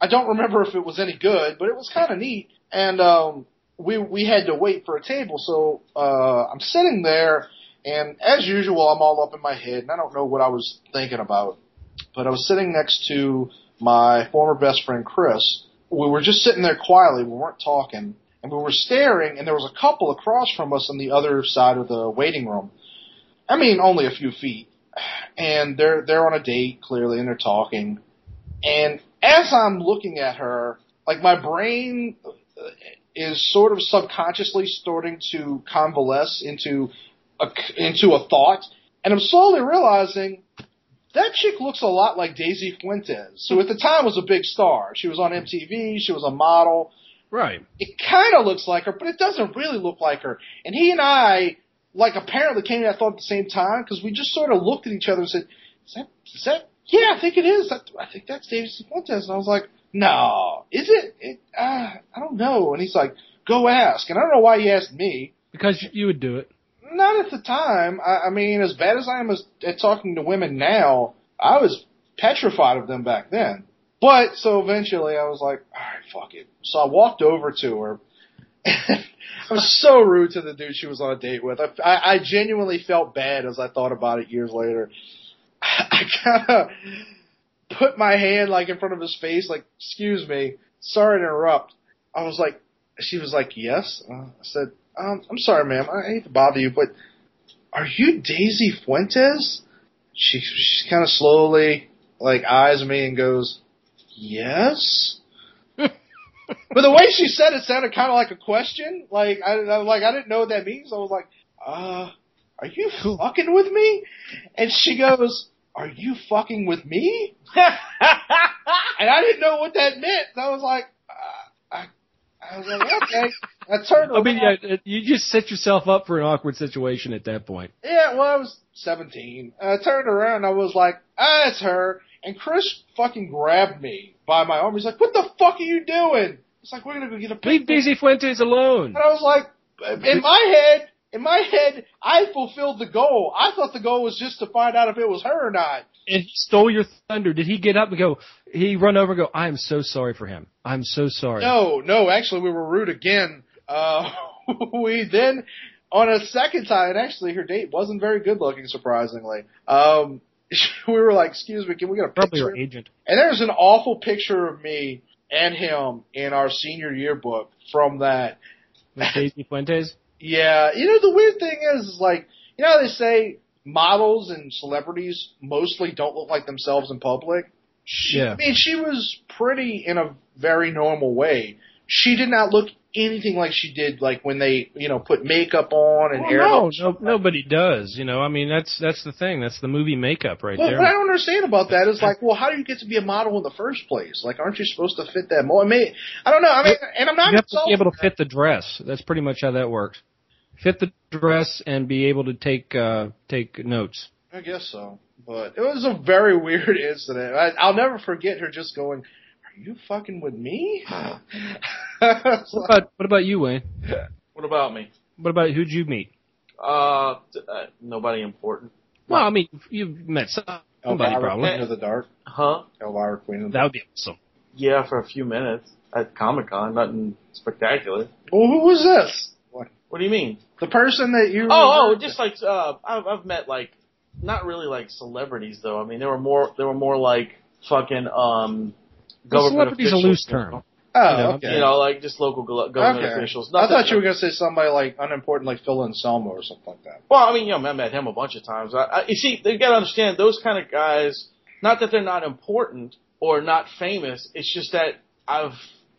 [SPEAKER 6] I don't remember if it was any good, but it was kind of neat. And um, we we had to wait for a table, so uh, I'm sitting there, and as usual, I'm all up in my head, and I don't know what I was thinking about. But I was sitting next to my former best friend Chris. We were just sitting there quietly. We weren't talking, and we were staring. And there was a couple across from us on the other side of the waiting room. I mean, only a few feet, and they're they're on a date clearly, and they're talking. And as I'm looking at her, like my brain uh, is sort of subconsciously starting to convalesce into a into a thought, and I'm slowly realizing that chick looks a lot like Daisy Fuentes, who at the time was a big star. She was on MTV, she was a model.
[SPEAKER 7] Right.
[SPEAKER 6] It kind of looks like her, but it doesn't really look like her. And he and I, like, apparently came to that thought at the same time because we just sort of looked at each other and said, "Is that? Is that? Yeah, I think it is. I, I think that's Daisy Fuentes." And I was like, "No, is it? it uh, I don't know." And he's like, "Go ask." And I don't know why he asked me.
[SPEAKER 7] Because you would do it.
[SPEAKER 6] Not at the time. I, I mean, as bad as I am as, at talking to women now, I was petrified of them back then. But so eventually, I was like, "All right, fuck it." So I walked over to her. [LAUGHS] I was so rude to the dude she was on a date with. I, I, I genuinely felt bad as I thought about it years later. [LAUGHS] I, kind of put my hand like in front of his face, like, "Excuse me, sorry to interrupt." I was like, she was like, "Yes." Uh, I said, um, "I'm sorry, ma'am. I hate to bother you, but are you Daisy Fuentes?" She she kind of slowly like eyes me and goes,
[SPEAKER 7] [LAUGHS]
[SPEAKER 6] "Yes." but the way she said it sounded kind of like a question. Like I, I like I didn't know what that means. I was like, "Uh, are you fucking with me?" And she goes, "Are you fucking with me?" and I didn't know what that meant. And I was like, uh, I, I was like, okay. I turned.
[SPEAKER 7] I mean,
[SPEAKER 6] around.
[SPEAKER 7] yeah, it- you just set yourself up for an awkward situation at that point.
[SPEAKER 6] Yeah, well, I was 17. And I turned around and I was like, ah, it's her. And Chris fucking grabbed me by my arm. He's like, what the fuck are you doing? It's like, we're gonna go get a
[SPEAKER 7] Leave
[SPEAKER 6] pizza.
[SPEAKER 7] Daisy Fuentes alone.
[SPEAKER 6] And I was like, in my head, in my head, I fulfilled the goal. I thought the goal was just to find out if it was her or not.
[SPEAKER 7] And he stole your thunder. Did he get up and go? He run over and go. I am so sorry for him. I'm so sorry.
[SPEAKER 6] No, no, actually we were rude again. Uh, [LAUGHS] we then, on a second time, and actually her date wasn't very good looking, surprisingly. Um, [LAUGHS] we were like, excuse me, can we get a
[SPEAKER 7] Probably
[SPEAKER 6] picture?
[SPEAKER 7] your agent.
[SPEAKER 6] And there's an awful picture of me and him in our senior yearbook from that.
[SPEAKER 7] With Daisy [LAUGHS] Fuentes.
[SPEAKER 6] Yeah, you know the weird thing is, is like you know how they say models and celebrities mostly don't look like themselves in public. She,
[SPEAKER 7] Yeah.
[SPEAKER 6] I mean, she was pretty in a very normal way. She did not look anything like she did like when they you know put makeup on and hair.
[SPEAKER 7] Oh, no, no, nobody does. You know, I mean, that's that's the thing. That's the movie makeup right
[SPEAKER 6] Well,
[SPEAKER 7] there.
[SPEAKER 6] what I don't understand about that is like, well, how do you get to be a model in the first place? Like, aren't you supposed to fit that mold? I mean, I don't know. I mean, and I'm not
[SPEAKER 7] you have to be
[SPEAKER 6] insulting
[SPEAKER 7] able to fit the dress. That's pretty much how that works. Fit the dress and be able to take uh take notes.
[SPEAKER 6] I guess so. But it was a very [LAUGHS] weird incident. I, I'll never forget her just going, "Are you fucking with
[SPEAKER 5] [SIGHS]
[SPEAKER 6] me?" It's
[SPEAKER 7] What
[SPEAKER 6] like-
[SPEAKER 7] about what about you, Wayne?
[SPEAKER 5] what about me?
[SPEAKER 7] What about who'd you meet?
[SPEAKER 5] Uh, t- uh, nobody important.
[SPEAKER 7] Well, I mean, you've met somebody
[SPEAKER 6] Elvira,
[SPEAKER 7] probably.
[SPEAKER 6] Queen of the Dark.
[SPEAKER 5] Huh?
[SPEAKER 6] Elvira Queen of the
[SPEAKER 7] That would be awesome.
[SPEAKER 5] Yeah, for a few minutes at Comic Con. Nothing spectacular.
[SPEAKER 6] Well, who was this? What?
[SPEAKER 5] What do you mean?
[SPEAKER 6] The person that you?
[SPEAKER 5] Oh, oh, just like uh, I've, I've met like not really like celebrities though. I mean, there were more there were more like fucking um.
[SPEAKER 7] Well,
[SPEAKER 5] Government
[SPEAKER 7] celebrity's a
[SPEAKER 5] officials,
[SPEAKER 7] loose
[SPEAKER 5] you know?
[SPEAKER 7] term.
[SPEAKER 6] Oh, okay.
[SPEAKER 5] You know, like just local glo- government
[SPEAKER 6] okay.
[SPEAKER 5] officials.
[SPEAKER 6] I
[SPEAKER 5] Nothing-
[SPEAKER 6] thought you were gonna say somebody like unimportant, like Phil Anselmo or something like that.
[SPEAKER 5] Well, I mean, you know, I met him a bunch of times. I, I, you see, they got to understand those kind of guys. Not that they're not important or not famous. It's just that I've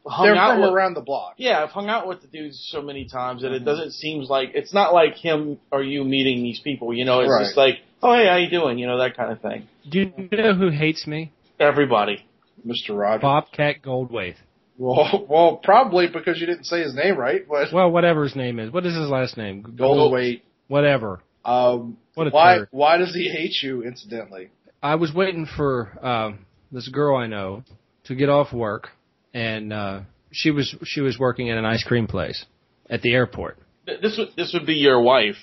[SPEAKER 5] hung
[SPEAKER 6] They're
[SPEAKER 5] out
[SPEAKER 6] from
[SPEAKER 5] with.
[SPEAKER 6] around the block.
[SPEAKER 5] Yeah, I've hung out with the dudes so many times that it
[SPEAKER 7] Mm-hmm.
[SPEAKER 5] doesn't seem like it's not like him or you meeting these people. You know, it's
[SPEAKER 6] Right.
[SPEAKER 5] just like, oh hey, how you doing? You know, that kind of thing.
[SPEAKER 7] Do you know who hates me?
[SPEAKER 5] Everybody.
[SPEAKER 6] Mr. Rogers.
[SPEAKER 7] Bobcat Goldthwait.
[SPEAKER 6] Well, [LAUGHS] well, probably because you didn't say his name right, but
[SPEAKER 7] Well, whatever his name is. What is his last name? Gold-
[SPEAKER 6] Goldthwait.
[SPEAKER 7] Whatever.
[SPEAKER 6] Um,
[SPEAKER 7] What a
[SPEAKER 6] why?
[SPEAKER 7] turd.
[SPEAKER 6] Why does he hate you? Incidentally,
[SPEAKER 7] I was waiting for uh, this girl I know to get off work, and uh, she was she was working at an ice cream place at the airport.
[SPEAKER 5] Th- This would this would be your wife.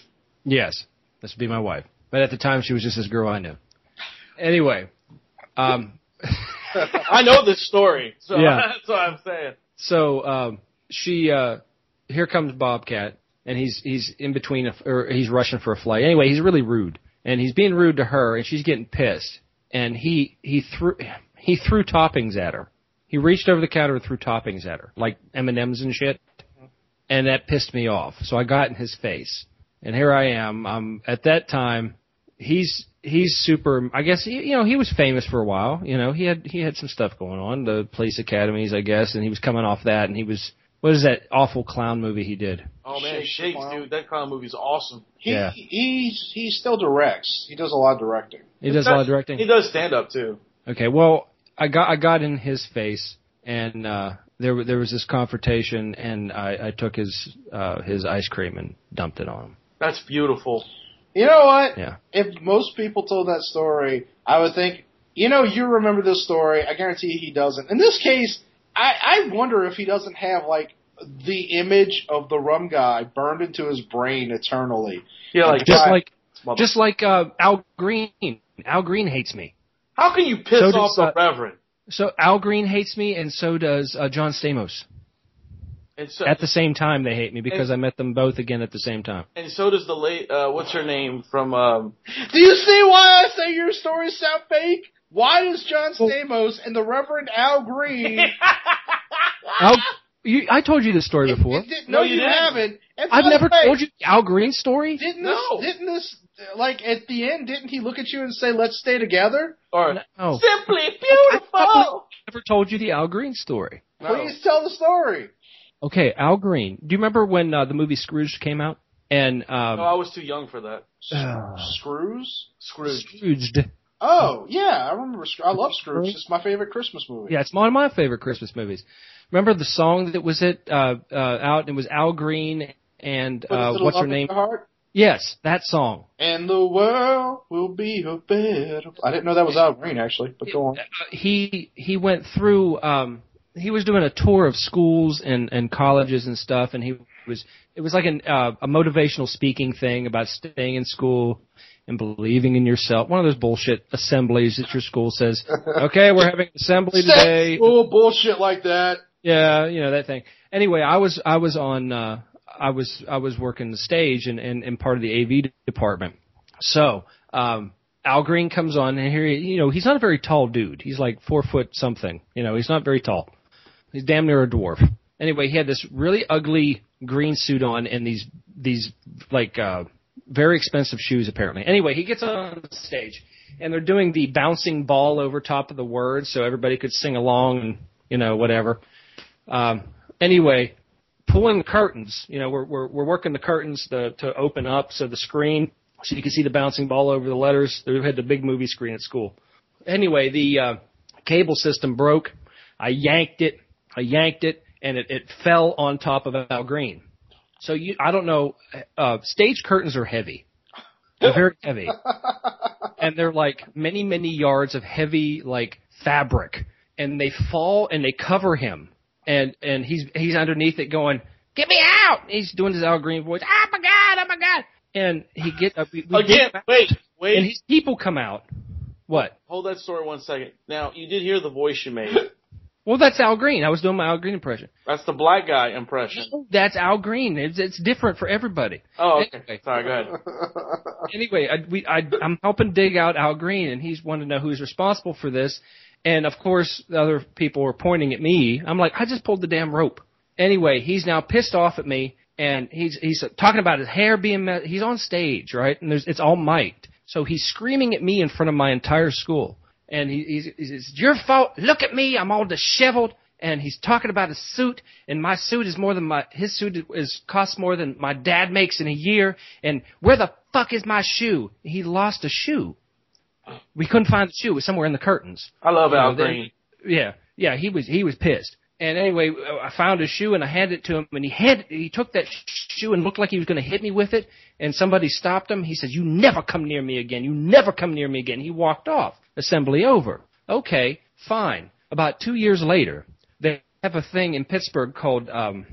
[SPEAKER 7] Yes, this would be my wife. But at the time, she was just this girl I knew. Anyway, um,
[SPEAKER 5] I know this story, so
[SPEAKER 7] Yeah.
[SPEAKER 5] [LAUGHS] that's what I'm saying.
[SPEAKER 7] so um, she uh, here comes Bobcat, and he's he's in between a, or he's rushing for a flight. Anyway, he's really rude, and he's being rude to her, and she's getting pissed. And he he threw he threw toppings at her. He reached over the counter and threw toppings at her, like M and M's and shit. And that pissed me off. So I got in his face, and here I am. I'm at that time. He's he's super. I guess you you know he was famous for a while. You know he had he had some stuff going on, the police academies, I guess, and he was coming off that, and he was what is that awful clown movie he did?
[SPEAKER 5] Oh man,
[SPEAKER 6] Shakes the
[SPEAKER 5] shakes,
[SPEAKER 6] clown.
[SPEAKER 5] dude. That kind of movie's awesome.
[SPEAKER 6] He,
[SPEAKER 7] Yeah.
[SPEAKER 6] he's, he still directs. He does a lot of directing.
[SPEAKER 7] He does a lot of directing.
[SPEAKER 5] He does stand up too.
[SPEAKER 7] Okay, well, I got I got in his face, and uh, there wa- there was this confrontation, and I, I took his uh, his ice cream and dumped it on him.
[SPEAKER 5] That's beautiful.
[SPEAKER 6] You know what?
[SPEAKER 7] Yeah.
[SPEAKER 6] If most people told that story, I would think, you know, you remember this story. I guarantee he doesn't. In this case, I, I wonder if he doesn't have like the image of the rum guy burned into his brain eternally.
[SPEAKER 5] Yeah, like
[SPEAKER 7] Just
[SPEAKER 6] Right.
[SPEAKER 7] like
[SPEAKER 5] Mother-
[SPEAKER 7] just like uh, Al Green. Al Green hates me.
[SPEAKER 5] how can you piss
[SPEAKER 7] So does,
[SPEAKER 5] off the
[SPEAKER 7] uh,
[SPEAKER 5] Reverend?
[SPEAKER 7] So Al Green hates me, and so does uh, John Stamos.
[SPEAKER 5] And so,
[SPEAKER 7] At the same time, they hate me because I met them both again at the same time.
[SPEAKER 5] and so does the late. Uh, what's her name from? Um,
[SPEAKER 6] Do you see why I say your stories sound fake? Why does John Stamos and the Reverend Al Green?
[SPEAKER 7] [LAUGHS] Al, you, I told you this story [LAUGHS] before.
[SPEAKER 6] It didn't-
[SPEAKER 5] No,
[SPEAKER 6] no,
[SPEAKER 5] you
[SPEAKER 6] you,
[SPEAKER 5] didn't.
[SPEAKER 6] haven't. And by
[SPEAKER 7] I've
[SPEAKER 6] the
[SPEAKER 7] never
[SPEAKER 6] way,
[SPEAKER 7] told you the Al Green story.
[SPEAKER 6] Didn't
[SPEAKER 5] No.
[SPEAKER 6] this? Didn't this? Like at the end, didn't he look at you and say, "Let's stay together"?
[SPEAKER 5] or
[SPEAKER 7] No,
[SPEAKER 5] simply
[SPEAKER 7] I
[SPEAKER 5] beautiful.
[SPEAKER 7] never told you the Al Green story.
[SPEAKER 6] Please tell the
[SPEAKER 7] [SIGHS]
[SPEAKER 6] story.
[SPEAKER 7] Okay, Al Green. Do you remember when uh, the movie Scrooge came out? And um,
[SPEAKER 5] No, I was too young for that.
[SPEAKER 6] Screws.
[SPEAKER 5] Scrooge.
[SPEAKER 7] Scrooged.
[SPEAKER 6] Oh yeah, I remember. Sc- I love Scrooge. It's my favorite Christmas movie.
[SPEAKER 7] Yeah, it's one of my favorite Christmas movies. Remember the song that was it uh, uh, out? It was Al Green and
[SPEAKER 6] With his
[SPEAKER 7] uh,
[SPEAKER 6] little
[SPEAKER 7] what's her
[SPEAKER 6] love in
[SPEAKER 7] name?
[SPEAKER 6] your heart.
[SPEAKER 7] Yes, that song.
[SPEAKER 6] And the world will be a better. I didn't know that was Al Green actually, but go on.
[SPEAKER 7] Uh, he he went through. Um, he was doing a tour of schools and and colleges and stuff, and he was. It was like an uh, a motivational speaking thing about staying in school and believing in yourself. One of those bullshit assemblies that your school says, "Okay, we're having an assembly
[SPEAKER 6] [LAUGHS]
[SPEAKER 7] today."
[SPEAKER 6] Oh bullshit like that.
[SPEAKER 7] Yeah, you know that thing. Anyway, I was I was on uh I was I was working the stage and and, and part of the AV department. So, um Al Green comes on and here he, you know, he's not a very tall dude. He's like 4 foot something. You know, he's not very tall. He's damn near a dwarf. Anyway, he had this really ugly green suit on and these these like uh very expensive shoes apparently. Anyway, he gets on stage and they're doing the bouncing ball over top of the words so everybody could sing along and you know whatever. Um, anyway, pulling the curtains. You know, we're we're, we're working the curtains to, to open up so the screen so you can see the bouncing ball over the letters. We had the big movie screen at school. Anyway, the uh, cable system broke. I yanked it. I yanked it, and it, it fell on top of Al Green. So you, I don't know. Uh, stage curtains are heavy. They're very heavy, and they're like many many yards of heavy like fabric, and they fall and they cover him and and he's he's underneath it going, "Get me out!" He's doing his Al Green voice. Oh my god! Oh my god! And he gets up. we- we
[SPEAKER 5] Again,
[SPEAKER 7] get back,
[SPEAKER 5] wait, wait.
[SPEAKER 7] And his people come out. What?
[SPEAKER 5] Hold that story one second. Now you did hear the voice you made.
[SPEAKER 7] Well, that's Al Green. I was doing my Al Green impression.
[SPEAKER 5] That's the black guy impression.
[SPEAKER 7] That's Al Green. It's, it's different for everybody.
[SPEAKER 5] Oh, okay.
[SPEAKER 7] Anyway.
[SPEAKER 5] Sorry, go ahead.
[SPEAKER 7] Anyway, I, we, I, I'm helping dig out Al Green, and he's wanting to know who's responsible for this. And of course, the other people are pointing at me. I'm like, I just pulled the damn rope. Anyway, he's now pissed off at me, and he's he's talking about his hair being. Me- he's on stage, right? And there's it's all mic'd, so he's screaming at me in front of my entire school. And he, he's, he's, it's your fault. Look at me. I'm all disheveled. And he's talking about his suit, and my suit is more than my his suit is costs more than my dad makes in a year. And where the fuck is my shoe? He lost a shoe. We couldn't find the shoe. It was somewhere in the curtains.
[SPEAKER 5] I love Al
[SPEAKER 7] You know, then-
[SPEAKER 5] Green.
[SPEAKER 7] Yeah, yeah, he was he was pissed. And anyway, I found his shoe and I handed it to him, and he had he took that shoe and looked like he was going to hit me with it. And somebody stopped him. He said, "You never come near me again. You never come near me again." He walked off. assembly over. Okay, fine. About two years later, they have a thing in Pittsburgh called um,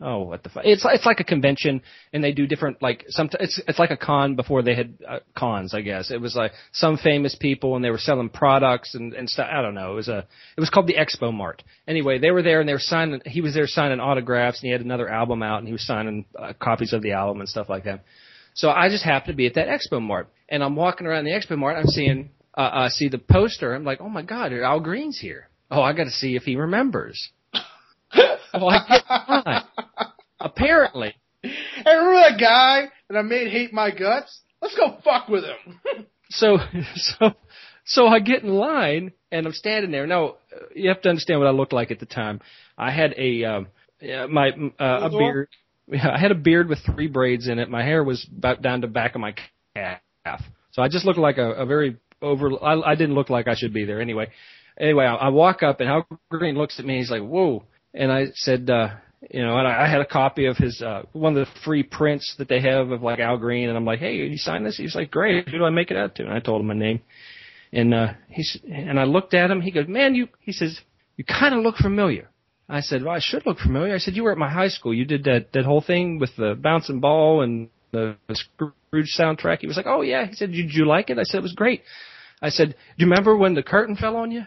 [SPEAKER 7] oh what the fuck it's it's like a convention and they do different like some it's it's like a con before they had uh, cons I guess it was like some famous people and they were selling products and and stuff I don't know it was a it was called the Expo Mart anyway they were there and they were signing he was there signing autographs and he had another album out and he was signing uh, copies of the album and stuff like that so I just happened to be at that Expo Mart and I'm walking around the Expo Mart I'm seeing uh, uh see the poster I'm like oh my god Al Green's here oh I got to see if he remembers [LAUGHS] well, I guess not. Apparently.
[SPEAKER 6] Hey, remember that guy that I made hate my guts? Let's go fuck with him.
[SPEAKER 7] So, [LAUGHS] so, so I get in line and I'm standing there. Now, you have to understand what I looked like at the time. I had a, um, yeah, my, uh, a beard. Yeah, I had a beard with three braids in it. My hair was about down to back of my calf. So I just looked like a, a very over, I, I didn't look like I should be there anyway. Anyway, I, I walk up and Hal Green looks at me and he's like, whoa and I said, uh, you know, and I, I had a copy of his uh, one of the free prints that they have of like Al Green, and I'm like, hey, you sign this? He's like, great. Who do I make it out to? And I told him my name, and uh, he's and I looked at him. He goes, man, you. He says, you kind of look familiar. I said, well, I should look familiar. I said, you were at my high school. You did that that whole thing with the bouncing ball and the, the Scrooge soundtrack. He was like, oh yeah. He said, did you like it? I said, it was great. I said, do you remember when the curtain fell on you?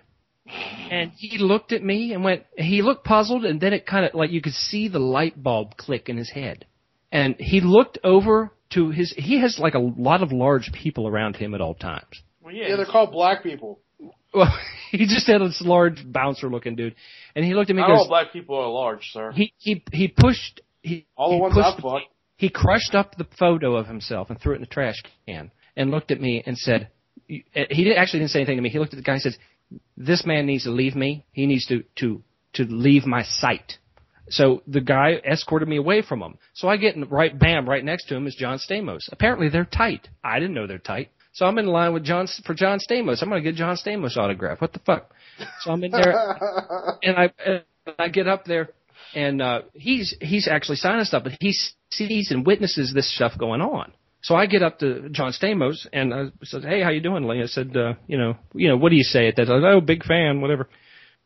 [SPEAKER 7] And he looked at me and went, he looked puzzled and then it kind of like you could see the light bulb click in his head. And he looked over to his, he has like a lot of large people around him at all times.
[SPEAKER 5] Well,
[SPEAKER 6] Yeah, they're called black people.
[SPEAKER 7] Well, [LAUGHS] he just had this large bouncer looking dude. And he looked at me
[SPEAKER 5] Not
[SPEAKER 7] and
[SPEAKER 5] all
[SPEAKER 7] goes,
[SPEAKER 5] black people are large, sir.
[SPEAKER 7] he, he, he pushed, he,
[SPEAKER 6] All the
[SPEAKER 7] he
[SPEAKER 6] ones
[SPEAKER 7] pushed
[SPEAKER 6] I fucked.
[SPEAKER 7] he crushed up the photo of himself and threw it in the trash can and looked at me and said, he did, actually didn't say anything to me. He looked at the guy and says, this man needs to leave me. He needs to, to, to leave my sight. So the guy escorted me away from him. So I get in right, bam, right next to him is John Stamos. Apparently they're tight. I didn't know they're tight. So I'm in line with John, for John Stamos. I'm going to get John Stamos autograph. What the fuck? So I'm in there and I and I get up there, and uh, he's he's actually signing stuff, but he sees and witnesses this stuff going on. So I get up to John Stamos and I said, "Hey, how you doing, Lee?" I said, uh, "You know, you know, what do you say at that?" I said, "Oh, big fan, whatever."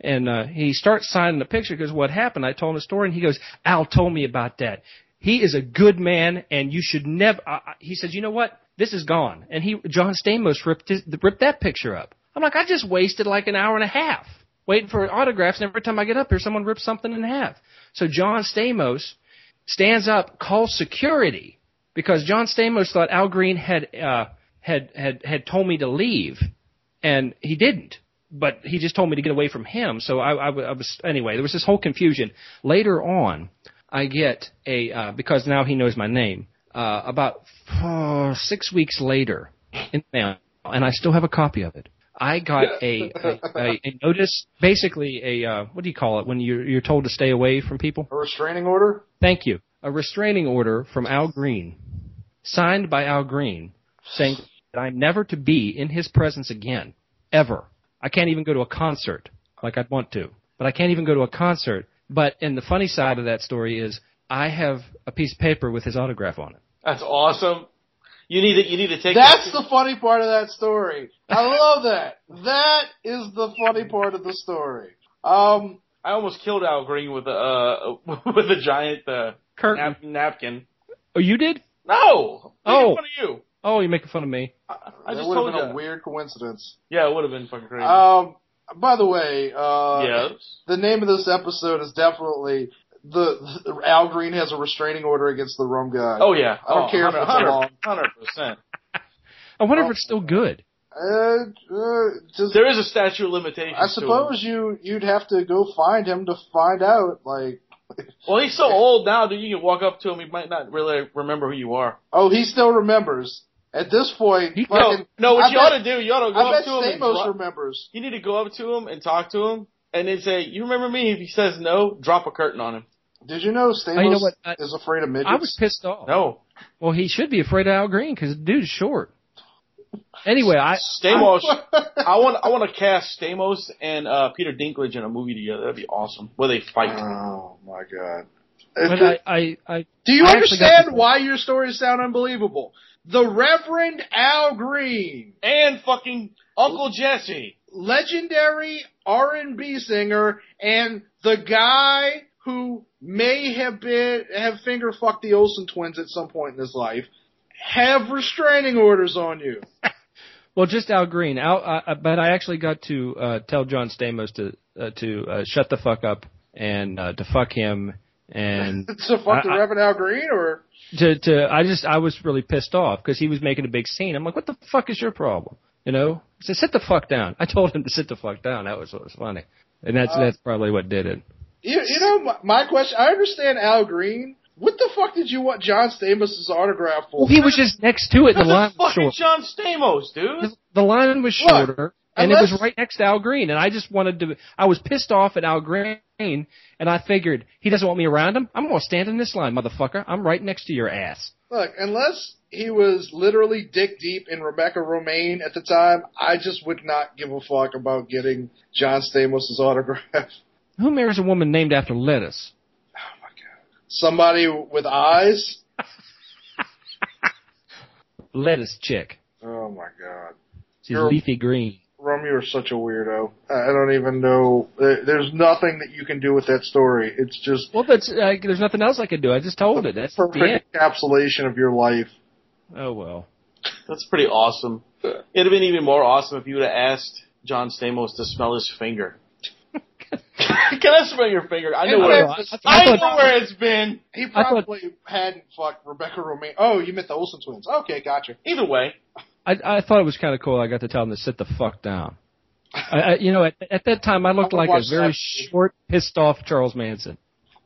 [SPEAKER 7] And uh, he starts signing the picture because what happened? I told him the story, and he goes, "Al told me about that. He is a good man, and you should never." Uh, he says, "You know what? This is gone." And he, John Stamos, ripped his, ripped that picture up. I'm like, I just wasted like an hour and a half waiting for autographs, and every time I get up here, someone rips something in half. So John Stamos stands up, calls security because John Stamos thought Al Green had uh, had had had told me to leave, and he didn't. But he just told me to get away from him. So I, I, wa- I was anyway. There was this whole confusion. Later on, I get a uh, because now he knows my name. Uh, about oh, six weeks later, in the mail, and I still have a copy of it. I got a a, a, a notice, basically a uh, what do you call it when you're you're told to stay away from people?
[SPEAKER 6] A restraining order?
[SPEAKER 7] Thank you. A restraining order from Al Green, signed by Al Green, saying that I'm never to be in his presence again, ever. I can't even go to a concert like I'd want to, but I can't even go to a concert. But and the funny side of that story is I have a piece of paper with his autograph on it.
[SPEAKER 5] That's awesome. You need to, you need to take
[SPEAKER 6] That's
[SPEAKER 5] that.
[SPEAKER 6] the funny part of that story. I love that. That is the funny part of the story. Um,
[SPEAKER 5] I almost killed Al Green with a uh, [LAUGHS] with a giant uh,
[SPEAKER 7] Kurt,
[SPEAKER 5] nap- napkin.
[SPEAKER 7] oh, you did?
[SPEAKER 5] No.
[SPEAKER 7] Oh.
[SPEAKER 5] What are you?
[SPEAKER 7] Oh, you're making fun of me.
[SPEAKER 5] I
[SPEAKER 6] that
[SPEAKER 5] just
[SPEAKER 6] would have
[SPEAKER 5] told
[SPEAKER 6] been a
[SPEAKER 5] you.
[SPEAKER 6] weird coincidence.
[SPEAKER 5] yeah, it would have been fucking crazy.
[SPEAKER 6] Um, by the way, uh,
[SPEAKER 5] yes.
[SPEAKER 6] the name of this episode is definitely the, the Al Green has a restraining order against the rum guy.
[SPEAKER 5] Oh yeah.
[SPEAKER 6] I don't care if it's long.
[SPEAKER 5] Hundred percent.
[SPEAKER 7] I wonder if it's still good.
[SPEAKER 6] uh, uh, just,
[SPEAKER 5] There is a statute of limitations.
[SPEAKER 6] I
[SPEAKER 5] To him.
[SPEAKER 6] suppose you you'd have to go find him to find out. Like, [LAUGHS]
[SPEAKER 5] Well, he's so old now, dude. You can walk up to him. He might not really remember who you are.
[SPEAKER 6] oh, he still remembers. At this point,
[SPEAKER 7] He-
[SPEAKER 5] No,
[SPEAKER 6] fucking,
[SPEAKER 5] no. What
[SPEAKER 6] I
[SPEAKER 5] you
[SPEAKER 6] bet-
[SPEAKER 5] ought to do, you ought to go
[SPEAKER 6] I
[SPEAKER 5] up
[SPEAKER 6] bet
[SPEAKER 5] to him. and
[SPEAKER 6] Stamos
[SPEAKER 5] dro-
[SPEAKER 6] remembers.
[SPEAKER 5] you need to go up to him and talk to him, and then say, "You remember me?" If he says no, drop a curtain on him.
[SPEAKER 6] Did you know Stamos
[SPEAKER 7] Oh, you know what? I-
[SPEAKER 6] is afraid of midgets?
[SPEAKER 7] I was pissed off.
[SPEAKER 5] No.
[SPEAKER 7] Well, he should be afraid of Al Green because the dude's short. Anyway, I
[SPEAKER 5] Stamos.
[SPEAKER 6] [LAUGHS]
[SPEAKER 5] I want I want to cast Stamos and uh, Peter Dinklage in a movie together. That'd be awesome. Where they fight.
[SPEAKER 6] oh my god.
[SPEAKER 7] but I, I, I
[SPEAKER 6] Do you
[SPEAKER 7] I actually got
[SPEAKER 6] understand
[SPEAKER 7] the-
[SPEAKER 6] why your stories sound unbelievable? the Reverend Al Green,
[SPEAKER 5] and fucking Uncle Jesse.
[SPEAKER 6] legendary R&B singer, and the guy who may have been have finger fucked the Olsen twins at some point in his life, have restraining orders on you.
[SPEAKER 7] Well, just Al Green. Al, uh, uh, but I actually got to uh, tell John Stamos to uh, to uh, shut the fuck up and uh, to fuck him [LAUGHS] and
[SPEAKER 6] so fuck the
[SPEAKER 7] I- I-
[SPEAKER 6] Reverend Al Green, or
[SPEAKER 7] to to I just I was really pissed off because he was making a big scene. I'm like, what the fuck is your problem? You know, he said sit the fuck down. I told him to sit the fuck down. That was what was funny, and that's that's probably what did it.
[SPEAKER 6] you, you know, my, my question. I understand Al Green. What the fuck did you want John Stamos' autograph for?
[SPEAKER 7] Well, he was just next [LAUGHS] to it. The line
[SPEAKER 5] That's
[SPEAKER 7] was
[SPEAKER 5] fucking
[SPEAKER 7] short.
[SPEAKER 5] John Stamos, dude.
[SPEAKER 7] The line was
[SPEAKER 6] Look,
[SPEAKER 7] shorter, and it
[SPEAKER 6] unless-
[SPEAKER 7] was right next to Al Green. And I just wanted to. I was pissed off at Al Green, and I figured he doesn't want me around him. I'm gonna stand in this line, motherfucker. I'm right next to your ass.
[SPEAKER 6] Look, unless he was literally dick deep in Rebecca Romaine at the time, I just would not give a fuck about getting John Stamos' autograph. [LAUGHS]
[SPEAKER 7] Who marries a woman named after lettuce?
[SPEAKER 6] Somebody with eyes?
[SPEAKER 7] Lettuce chick.
[SPEAKER 6] Oh my god.
[SPEAKER 7] She's
[SPEAKER 6] Girl.
[SPEAKER 7] leafy green.
[SPEAKER 6] Rum, you're such a weirdo. I I don't even know. there- There's nothing that you can do with that story. It's just
[SPEAKER 7] Well, that's uh, there's nothing else I can do. I just told it. That's the end.
[SPEAKER 6] perfect encapsulation of your life.
[SPEAKER 7] Oh well.
[SPEAKER 5] That's pretty awesome. It'd have been even more awesome if you would have asked John Stamos to smell his finger. [LAUGHS] Can I smell your finger? I know
[SPEAKER 6] And
[SPEAKER 5] where
[SPEAKER 6] I-
[SPEAKER 5] it's,
[SPEAKER 7] I
[SPEAKER 5] I
[SPEAKER 7] thought-
[SPEAKER 5] know where it's been.
[SPEAKER 6] He
[SPEAKER 7] I thought-
[SPEAKER 6] probably hadn't fucked Rebecca Romaine. Oh, you meant the Olsen twins. Okay, gotcha.
[SPEAKER 5] Either way,
[SPEAKER 7] I I thought it was kind of cool. I got to tell him to sit the fuck down. I, I you know at, at that time I looked
[SPEAKER 6] I'm
[SPEAKER 7] like
[SPEAKER 6] gonna
[SPEAKER 7] a
[SPEAKER 6] watch
[SPEAKER 7] very
[SPEAKER 6] that.
[SPEAKER 7] short, pissed off Charles Manson.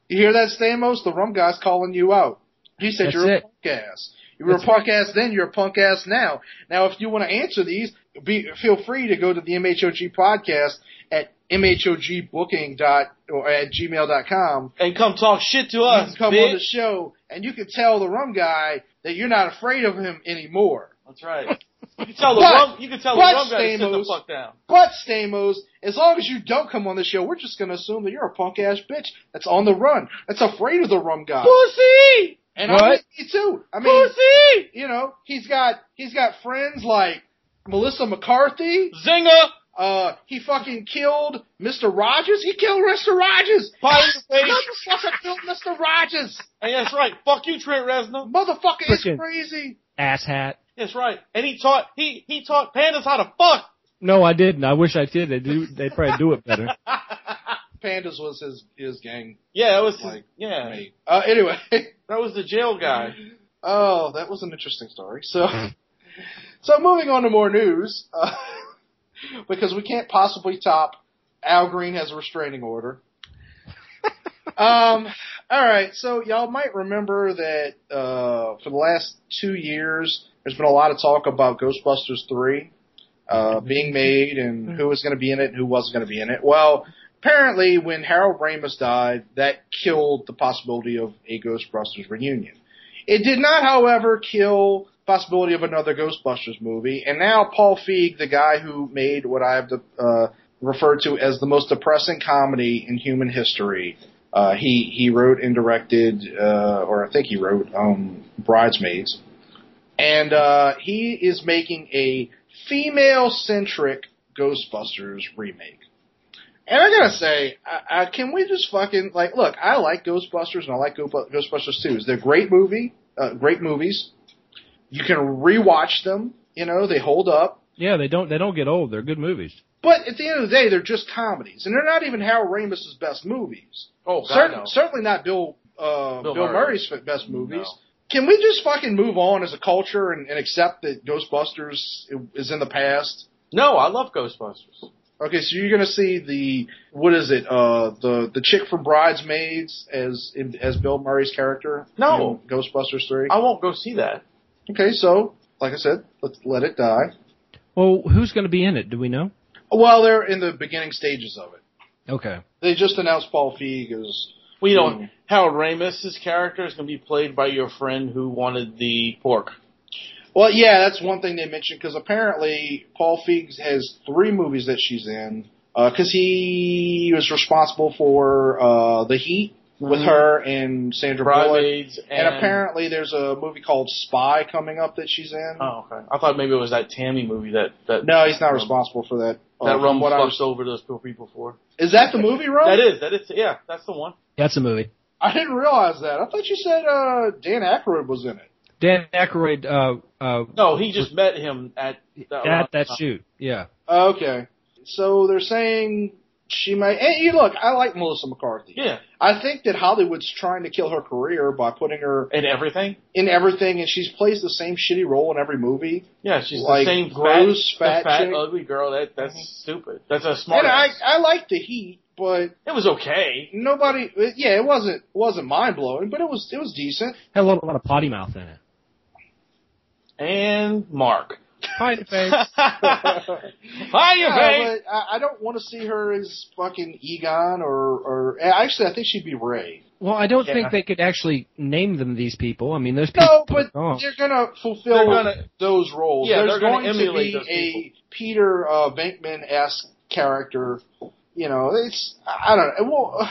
[SPEAKER 6] You hear that, Stamos? The rum guy's calling you out. He said
[SPEAKER 7] That's
[SPEAKER 6] you're a
[SPEAKER 7] it.
[SPEAKER 6] punk ass. You were a punk ass then. You're a punk ass now. Now, if you want to answer these, be, feel free to go to the MHOG podcast at mhogbooking dot or at gmail dot com.
[SPEAKER 5] and come talk shit to
[SPEAKER 6] You can
[SPEAKER 5] us,
[SPEAKER 6] come on the
[SPEAKER 5] bitch.
[SPEAKER 6] show and you can tell the rum guy that you're not afraid of him anymore.
[SPEAKER 5] That's right. You can tell the
[SPEAKER 6] But-
[SPEAKER 5] rum, you can tell the
[SPEAKER 6] but
[SPEAKER 5] rum guy to sit the
[SPEAKER 6] Stamos-
[SPEAKER 5] fuck down.
[SPEAKER 6] But Stamos, as long as you don't come on the show, we're just going to assume that you're a punk ass bitch that's on the run, that's afraid of the rum guy.
[SPEAKER 5] Pussy,
[SPEAKER 6] And
[SPEAKER 7] What?
[SPEAKER 6] I mean, me too. I mean,
[SPEAKER 5] pussy,
[SPEAKER 6] you know, he's got he's got friends like Melissa McCarthy.
[SPEAKER 5] zinger,
[SPEAKER 6] Uh, he fucking killed Mr. Rogers. He killed Mr. Rogers.
[SPEAKER 5] pie in the face.
[SPEAKER 6] Motherfucker killed Mr. Rogers.
[SPEAKER 5] And that's right. Fuck you, Trent Reznor.
[SPEAKER 6] Motherfucker is
[SPEAKER 7] Frickin-
[SPEAKER 6] crazy.
[SPEAKER 7] Asshat.
[SPEAKER 5] That's right. And he taught he he taught pandas how to fuck.
[SPEAKER 7] No, I didn't. I wish I did. They do. They probably do it better.
[SPEAKER 6] Pandas was his his gang
[SPEAKER 5] Yeah, that was his-
[SPEAKER 6] Like,
[SPEAKER 5] yeah.
[SPEAKER 6] mate. Uh, anyway, [LAUGHS]
[SPEAKER 5] That was the jail [LAUGHS] guy.
[SPEAKER 6] oh, that was an interesting story. So, so moving on to more news, uh, [LAUGHS] because we can't possibly top Al Green has a restraining order. Um, all right. So y'all might remember that uh, for the last two years, there's been a lot of talk about Ghostbusters three uh, being made and who was going to be in it and who wasn't going to be in it. Well, apparently, when Harold Ramis died, that killed the possibility of a Ghostbusters reunion. It did not, however, kill possibility of another Ghostbusters movie. And now Paul Feig, the guy who made what I have to, uh, referred to as the most depressing comedy in human history. Uh, he he wrote and directed, uh, or I think he wrote um, *Bridesmaids*, and uh, he is making a female-centric Ghostbusters remake. And I gotta say, I, I, can we just fucking like look? I like Ghostbusters and I like Go- Ghostbusters 2s. They're great movie, uh, great movies. You can rewatch them. You know they hold up.
[SPEAKER 7] [LAUGHS] Yeah, they don't. They don't get old. They're good movies.
[SPEAKER 6] But at the end of the day, they're just comedies, and they're not even Harold Ramis' best movies.
[SPEAKER 5] Oh, God,
[SPEAKER 6] Cer-
[SPEAKER 5] no.
[SPEAKER 6] certainly not Bill uh,
[SPEAKER 5] Bill
[SPEAKER 6] Bill,
[SPEAKER 5] Murray.
[SPEAKER 6] Murray's f- best movies.
[SPEAKER 5] No.
[SPEAKER 6] Can we just fucking move on as a culture and, and accept that Ghostbusters i- is in the past?
[SPEAKER 5] No, I love Ghostbusters.
[SPEAKER 6] Okay, so you're gonna see the what is it? Uh, the the chick from Bridesmaids as in- as Bill Murray's character?
[SPEAKER 5] No.
[SPEAKER 6] in Ghostbusters three.
[SPEAKER 5] I won't go see that.
[SPEAKER 6] Okay, so like I said, let's let it die.
[SPEAKER 7] Well, who's going to be in it? Do we know?
[SPEAKER 6] Well, they're in the beginning stages of it.
[SPEAKER 7] Okay.
[SPEAKER 6] They just announced Paul Feig as
[SPEAKER 5] Well, you know,
[SPEAKER 6] Mm.
[SPEAKER 5] Harold Ramis' character is going to be played by your friend who wanted the pork.
[SPEAKER 6] Well, yeah, that's one thing they mentioned because apparently Paul Feig has three movies that she's in because he was responsible for uh, The Heat with
[SPEAKER 5] Mm-hmm.
[SPEAKER 6] her and Sandra Bullock.
[SPEAKER 5] Bridesmaids
[SPEAKER 6] And, apparently, there's a movie called Spy coming up that she's in.
[SPEAKER 5] Oh, okay. I thought maybe it was that Tammy movie that that
[SPEAKER 6] No, he's not responsible for that.
[SPEAKER 5] that
[SPEAKER 6] Uh,
[SPEAKER 5] rum
[SPEAKER 6] what I
[SPEAKER 5] fucks
[SPEAKER 6] was-
[SPEAKER 5] over those poor people for.
[SPEAKER 6] is that the movie, Rum?
[SPEAKER 5] That is that is yeah, that's the one.
[SPEAKER 7] That's a movie.
[SPEAKER 6] I didn't realize that. I thought you said uh, Dan Aykroyd was in it.
[SPEAKER 7] Dan Aykroyd uh, uh,
[SPEAKER 5] No, he just met him at uh, that,
[SPEAKER 7] at that shoot. Yeah.
[SPEAKER 6] Okay, so they're saying she may. Hey, you look, I like Melissa McCarthy.
[SPEAKER 5] Yeah,
[SPEAKER 6] I think that Hollywood's trying to kill her career by putting her
[SPEAKER 5] and everything.
[SPEAKER 6] in everything, and she's plays the same shitty role in every movie.
[SPEAKER 5] Yeah, she's
[SPEAKER 6] Like,
[SPEAKER 5] the same
[SPEAKER 6] gross,
[SPEAKER 5] fat, the
[SPEAKER 6] fat
[SPEAKER 5] fat
[SPEAKER 6] chick. Mm-hmm.
[SPEAKER 5] ugly girl. That that's stupid. That's a smart.
[SPEAKER 6] And I,
[SPEAKER 5] ass.
[SPEAKER 6] I like the heat, but
[SPEAKER 5] it was okay.
[SPEAKER 6] nobody. Yeah, it wasn't wasn't mind blowing, but it was it was decent.
[SPEAKER 7] Had a lot, a lot of potty mouth in it.
[SPEAKER 5] And
[SPEAKER 6] [LAUGHS]
[SPEAKER 5] Mark.
[SPEAKER 7] Hi, face.
[SPEAKER 5] Hi, you
[SPEAKER 6] Yeah,
[SPEAKER 5] babe.
[SPEAKER 6] but I, I don't want to see her as fucking Egon or or eh, actually, I think she'd be Ray.
[SPEAKER 7] [LAUGHS] Well, I don't
[SPEAKER 5] Yeah.
[SPEAKER 7] think they could actually name them these people. I mean, those people. [LAUGHS]
[SPEAKER 6] No, but
[SPEAKER 7] Oh.
[SPEAKER 6] they're gonna fulfill
[SPEAKER 5] They're gonna-
[SPEAKER 6] those roles.
[SPEAKER 5] Yeah,
[SPEAKER 6] There's
[SPEAKER 5] they're gonna
[SPEAKER 6] going to
[SPEAKER 5] emulate
[SPEAKER 6] be
[SPEAKER 5] those
[SPEAKER 6] a
[SPEAKER 5] people.
[SPEAKER 6] Peter uh, Bankman esque character. You know, it's I I don't know. Well, ugh.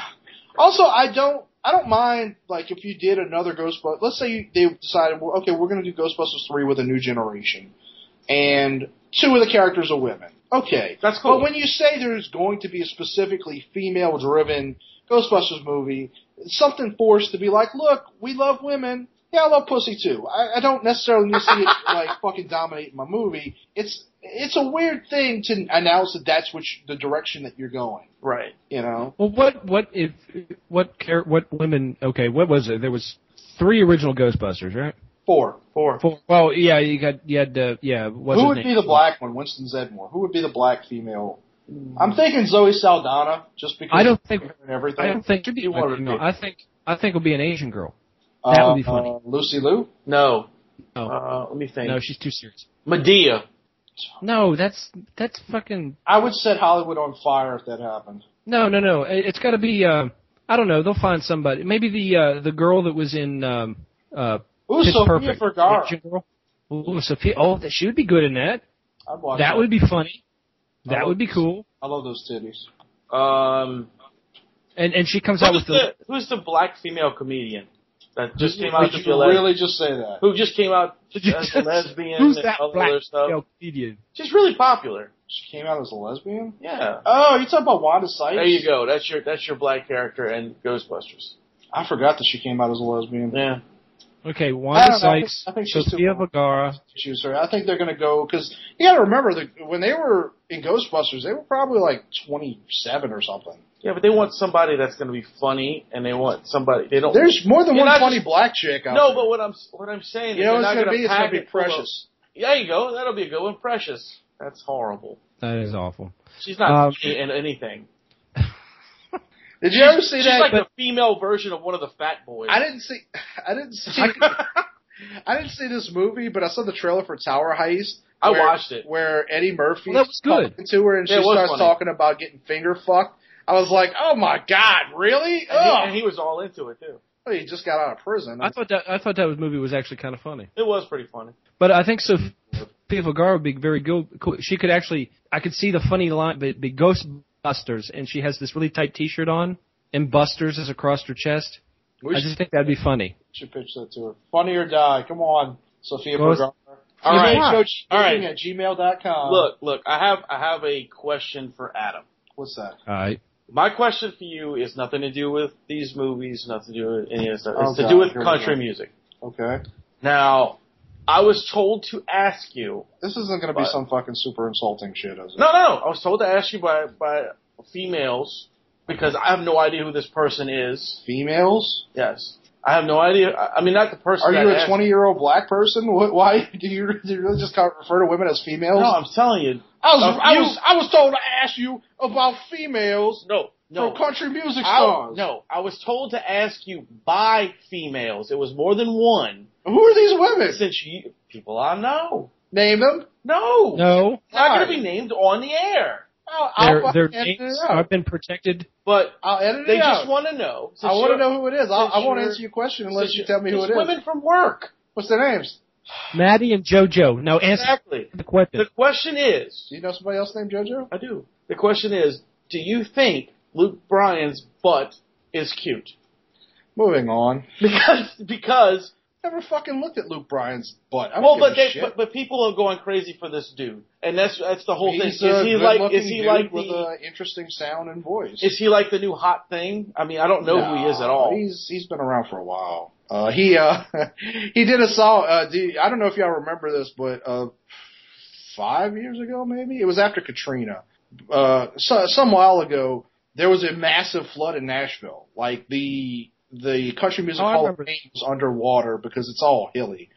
[SPEAKER 6] also I don't I don't mind like if you did another Ghostbusters. Let's say you, they decided, well, okay, we're gonna do Ghostbusters three with a new generation, and two of the characters are women. Okay,
[SPEAKER 5] That's cool.
[SPEAKER 6] But when you say there's going to be a specifically female driven Ghostbusters movie, it's something forced to be like, look, we love women. Yeah, I love pussy too. I, I don't necessarily need to see it [LAUGHS] like fucking dominate my movie. It's it's a weird thing to announce that that's which the direction that you're going.
[SPEAKER 5] Right.
[SPEAKER 6] You know,
[SPEAKER 7] Well, what what if what care what women? Okay, what was it? There was three original Ghostbusters, right?
[SPEAKER 6] four.
[SPEAKER 5] Four.
[SPEAKER 7] Four, well, yeah, you got you had uh, yeah. What's
[SPEAKER 6] Who
[SPEAKER 7] his
[SPEAKER 6] would
[SPEAKER 7] name?
[SPEAKER 6] be the black one? Winston Zedmore. Who would be the black female?
[SPEAKER 5] Hmm.
[SPEAKER 6] I'm thinking Zoe Saldana, just because
[SPEAKER 7] I don't think-
[SPEAKER 6] of her and everything.
[SPEAKER 7] I don't think should be
[SPEAKER 5] one of the
[SPEAKER 7] no,
[SPEAKER 5] people.
[SPEAKER 7] I think I think it'll be an Asian girl. that would be
[SPEAKER 6] Uh,
[SPEAKER 7] funny.
[SPEAKER 6] uh, Lucy Liu.
[SPEAKER 5] No.
[SPEAKER 6] Oh.
[SPEAKER 7] No.
[SPEAKER 5] Uh, let me think.
[SPEAKER 7] No, she's too serious.
[SPEAKER 5] Medea.
[SPEAKER 7] No, that's that's fucking
[SPEAKER 6] I would set Hollywood on fire if that happened.
[SPEAKER 7] no, no, no. It- It's got to be. Uh, I don't know. They'll find somebody. Maybe the uh, the girl that was in um, uh,
[SPEAKER 6] Ooh,
[SPEAKER 7] Pitch
[SPEAKER 6] Sofia
[SPEAKER 7] Perfect.
[SPEAKER 6] Vergara.
[SPEAKER 7] Asian girl. Ooh, Sophia. Oh, that she would be good in that.
[SPEAKER 6] I'd watch
[SPEAKER 7] That would be funny. That would be cool.
[SPEAKER 6] I love those titties.
[SPEAKER 5] Um.
[SPEAKER 7] And and she comes out
[SPEAKER 5] Who's
[SPEAKER 7] with
[SPEAKER 5] the,
[SPEAKER 7] the
[SPEAKER 5] who's the black female comedian that just came out
[SPEAKER 6] Did
[SPEAKER 5] to be
[SPEAKER 6] you
[SPEAKER 5] a lesbian?
[SPEAKER 6] really just say that?
[SPEAKER 5] Who just came out as a lesbian
[SPEAKER 7] Who's
[SPEAKER 5] and
[SPEAKER 7] that
[SPEAKER 5] all
[SPEAKER 7] black
[SPEAKER 5] other stuff?
[SPEAKER 7] male comedian?
[SPEAKER 5] She's really popular.
[SPEAKER 6] She came out as a lesbian?
[SPEAKER 5] Yeah.
[SPEAKER 6] Oh, you talking about Wanda Sykes?
[SPEAKER 5] There you go. That's your that's your black character and Ghostbusters.
[SPEAKER 6] I forgot that she came out as a lesbian.
[SPEAKER 5] Yeah.
[SPEAKER 7] Okay,
[SPEAKER 6] I
[SPEAKER 7] Wanda
[SPEAKER 6] don't know. I think-
[SPEAKER 7] Sykes,
[SPEAKER 6] I think she's too
[SPEAKER 7] Sophia
[SPEAKER 6] old.
[SPEAKER 7] Vergara.
[SPEAKER 6] She was her. I think they're gonna go because you got to remember that when they were in Ghostbusters, they were probably like 27 or something.
[SPEAKER 5] Yeah, but they want somebody that's going to be funny, and they want somebody they don't.
[SPEAKER 6] There's more than
[SPEAKER 5] You're
[SPEAKER 6] one
[SPEAKER 5] not
[SPEAKER 6] funny
[SPEAKER 5] just-
[SPEAKER 6] black chick out
[SPEAKER 5] no,
[SPEAKER 6] there.
[SPEAKER 5] but what I'm what I'm saying [LAUGHS]
[SPEAKER 6] you
[SPEAKER 5] is they're
[SPEAKER 6] know what it's
[SPEAKER 5] not
[SPEAKER 6] gonna
[SPEAKER 5] going
[SPEAKER 6] be?
[SPEAKER 5] to
[SPEAKER 6] It's gonna
[SPEAKER 5] pack
[SPEAKER 6] be
[SPEAKER 5] it full of-
[SPEAKER 6] precious.
[SPEAKER 5] There you go. That'll be a good one. Precious. That's horrible.
[SPEAKER 7] That is awful.
[SPEAKER 5] She's not
[SPEAKER 7] Um,
[SPEAKER 5] funny in anything. [LAUGHS]
[SPEAKER 6] Did you ever see
[SPEAKER 5] She's
[SPEAKER 6] that?
[SPEAKER 5] like the female version of one of the Fat Boys.
[SPEAKER 6] I didn't see. I didn't see. [LAUGHS] I didn't see this movie, but I saw the trailer for Tower Heist.
[SPEAKER 5] I
[SPEAKER 6] where-
[SPEAKER 5] watched it.
[SPEAKER 6] Where Eddie Murphy
[SPEAKER 7] Well, that was good.
[SPEAKER 6] talking to her, and
[SPEAKER 5] Yeah,
[SPEAKER 6] she
[SPEAKER 5] it was
[SPEAKER 6] starts
[SPEAKER 5] funny.
[SPEAKER 6] talking about getting finger fucked. I was like, "Oh my god, really?
[SPEAKER 5] and,
[SPEAKER 6] Ugh.
[SPEAKER 5] he, and he was all into it too.
[SPEAKER 6] Oh, he just got out of prison."
[SPEAKER 7] I thought that I thought that movie was actually kind of funny.
[SPEAKER 5] It was pretty funny.
[SPEAKER 7] But I think Sophia Vergara would be very good. Cool. She could actually. I could see the funny line. But be Ghostbusters, and she has this really tight T-shirt on, and Busters is across her chest.
[SPEAKER 6] we
[SPEAKER 7] I
[SPEAKER 6] should,
[SPEAKER 7] just think that'd be funny.
[SPEAKER 6] should pitch that to her. Funny or die. Come on, Sophia
[SPEAKER 7] Ghost-
[SPEAKER 6] Vergara.
[SPEAKER 5] All right.
[SPEAKER 6] coach.
[SPEAKER 5] All right.
[SPEAKER 6] At gmail.com.
[SPEAKER 5] Look, look. I have I have a question for Adam.
[SPEAKER 6] what's that?
[SPEAKER 7] All right.
[SPEAKER 5] My question for you is nothing to do with these movies, nothing to do with any of this stuff. It's
[SPEAKER 6] Oh,
[SPEAKER 5] to
[SPEAKER 6] God,
[SPEAKER 5] do with
[SPEAKER 6] here we
[SPEAKER 5] country
[SPEAKER 6] go.
[SPEAKER 5] music.
[SPEAKER 6] Okay,
[SPEAKER 5] Now, I was told to ask you.
[SPEAKER 6] this isn't going to be
[SPEAKER 5] What?
[SPEAKER 6] some fucking super insulting shit, is it?
[SPEAKER 5] No, no, no. I was told to ask you by by females because I have no idea who this person is.
[SPEAKER 6] Females?
[SPEAKER 5] Yes, I have no idea. I I mean, not the person.
[SPEAKER 6] Are
[SPEAKER 5] that
[SPEAKER 6] you a
[SPEAKER 5] asked-
[SPEAKER 6] twenty-year-old black person? What, why do you do you really just refer to women as females?
[SPEAKER 5] No, I'm telling you.
[SPEAKER 6] I was,
[SPEAKER 5] Uh,
[SPEAKER 6] I
[SPEAKER 5] you-
[SPEAKER 6] was, I was told to ask you about females
[SPEAKER 5] No, no.
[SPEAKER 6] from country music
[SPEAKER 5] I,
[SPEAKER 6] stars.
[SPEAKER 5] no, I was told to ask you by females. It was more than one.
[SPEAKER 6] Who are these women?
[SPEAKER 5] Since you people I know.
[SPEAKER 6] Name them.
[SPEAKER 5] No,
[SPEAKER 7] No,
[SPEAKER 5] not going to be named on the air.
[SPEAKER 6] I'll,
[SPEAKER 7] their
[SPEAKER 6] I'll
[SPEAKER 7] their
[SPEAKER 6] fucking edit
[SPEAKER 7] names
[SPEAKER 6] it out.
[SPEAKER 7] have been protected.
[SPEAKER 5] But
[SPEAKER 6] I'll edit
[SPEAKER 5] They
[SPEAKER 6] it out.
[SPEAKER 5] just want to know.
[SPEAKER 6] I want to know who it is. I'll, I
[SPEAKER 5] since
[SPEAKER 6] won't
[SPEAKER 5] you're-
[SPEAKER 6] answer your question unless
[SPEAKER 5] since
[SPEAKER 6] you
[SPEAKER 5] you-
[SPEAKER 6] tell me who it
[SPEAKER 5] since
[SPEAKER 6] is.
[SPEAKER 5] Women from work.
[SPEAKER 6] What's their names?
[SPEAKER 7] Maddie and JoJo. No, answer
[SPEAKER 5] Exactly.
[SPEAKER 7] the question.
[SPEAKER 5] The question is,
[SPEAKER 6] Do you know somebody else named JoJo?
[SPEAKER 5] I do.
[SPEAKER 6] [LAUGHS]
[SPEAKER 5] The question is, do you think Luke Bryan's butt is cute?
[SPEAKER 6] Moving on.
[SPEAKER 5] because because
[SPEAKER 6] Never fucking looked at Luke Bryan's butt. I don't
[SPEAKER 5] well,
[SPEAKER 6] give
[SPEAKER 5] but
[SPEAKER 6] a
[SPEAKER 5] they
[SPEAKER 6] shit.
[SPEAKER 5] but, but people are going crazy for this dude, and that's that's the whole thing. Is
[SPEAKER 6] He's
[SPEAKER 5] he
[SPEAKER 6] a
[SPEAKER 5] like
[SPEAKER 6] good-looking
[SPEAKER 5] is he
[SPEAKER 6] dude
[SPEAKER 5] like
[SPEAKER 6] with
[SPEAKER 5] the
[SPEAKER 6] an interesting sound and voice?
[SPEAKER 5] is he like the new hot thing? I mean, I don't know who he is at
[SPEAKER 6] No,
[SPEAKER 5] all.
[SPEAKER 6] He's he's been around for a while. Uh, he uh, [LAUGHS] he did a song. Uh, do- I don't know if y'all remember this, but uh, five years ago, maybe it was after Katrina. Uh, so, some while ago, there was a massive flood in Nashville. Like the the country music
[SPEAKER 7] Oh, I
[SPEAKER 6] hall of
[SPEAKER 7] remember.
[SPEAKER 6] fame was underwater because it's all hilly.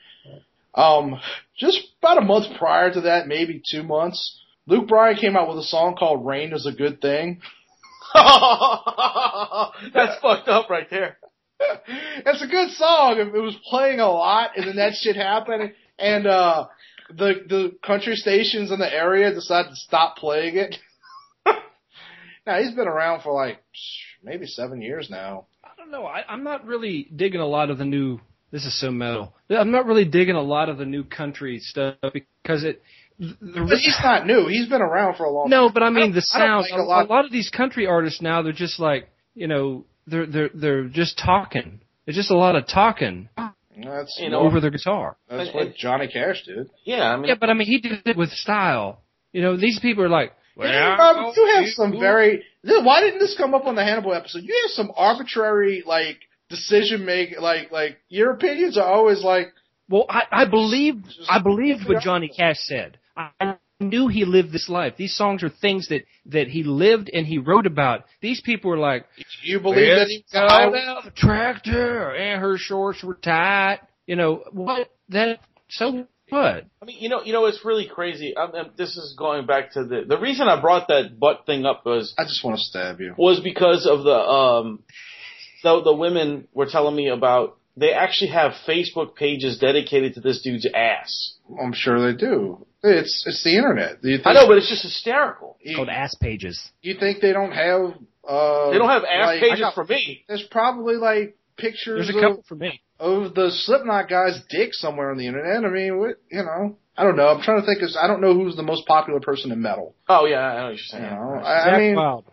[SPEAKER 6] Um, just about a month prior to that, maybe two months, Luke Bryan came out with a song called "Rain Is a Good Thing."
[SPEAKER 5] [LAUGHS] that's fucked up right there.
[SPEAKER 6] That's a good song. It was playing a lot, and then that shit happened, and uh, the the country stations in the area decided to stop playing it. [LAUGHS] now he's been around for like maybe seven years now.
[SPEAKER 7] I don't know. I, I'm not really digging a lot of the new. This is so metal. I'm not really digging a lot of the new country stuff because it. The,
[SPEAKER 6] But he's not new. He's been around for a long.
[SPEAKER 7] no, but I mean
[SPEAKER 6] don't-
[SPEAKER 7] the
[SPEAKER 6] I don't
[SPEAKER 7] sound.
[SPEAKER 6] like
[SPEAKER 7] a,
[SPEAKER 6] a lot-
[SPEAKER 7] a lot of these country artists now, they're just like you know, they're they're they're just talking. It's just a lot of talking
[SPEAKER 6] time. That's
[SPEAKER 5] You know,
[SPEAKER 7] over their guitar.
[SPEAKER 6] that's what Johnny Cash did.
[SPEAKER 5] Yeah, I mean,
[SPEAKER 7] Yeah, but I mean he did it with style. You know, these people are like,
[SPEAKER 6] Rob, you have some very. th- Why didn't this come up on the Hannibal episode? You have some arbitrary like decision making. Like like your opinions are always like.
[SPEAKER 7] Well, I, I believed I believed what Johnny Cash said. I knew he lived this life. These songs are things that that he lived and he wrote about. These people were like,
[SPEAKER 6] You believe that he was
[SPEAKER 7] "Got out the tractor and her shorts were tight." You know what? That so what?
[SPEAKER 5] I mean, you know, you know, it's really crazy. I'm, I'm, this is going back to the the reason I brought that butt thing up was
[SPEAKER 6] I just want to stab you.
[SPEAKER 5] was because of the um the the women were telling me about they actually have Facebook pages dedicated to this dude's ass.
[SPEAKER 6] I'm sure they do. It's it's the internet. Do you think,
[SPEAKER 5] I know, but it's just hysterical.
[SPEAKER 6] You,
[SPEAKER 8] called ass pages.
[SPEAKER 6] you think they don't have? Uh,
[SPEAKER 5] They don't have ass
[SPEAKER 6] like-
[SPEAKER 5] pages
[SPEAKER 6] I got-
[SPEAKER 5] for me.
[SPEAKER 6] There's probably like pictures
[SPEAKER 7] There's a
[SPEAKER 6] of,
[SPEAKER 7] couple for me.
[SPEAKER 6] of the Slipknot guy's dick somewhere on the internet. I mean, what you know? I don't know. I'm trying to think. Cause I don't know who's the most popular person in metal.
[SPEAKER 5] Oh yeah, I know what you're saying.
[SPEAKER 6] You know, I, I mean,
[SPEAKER 7] Wild.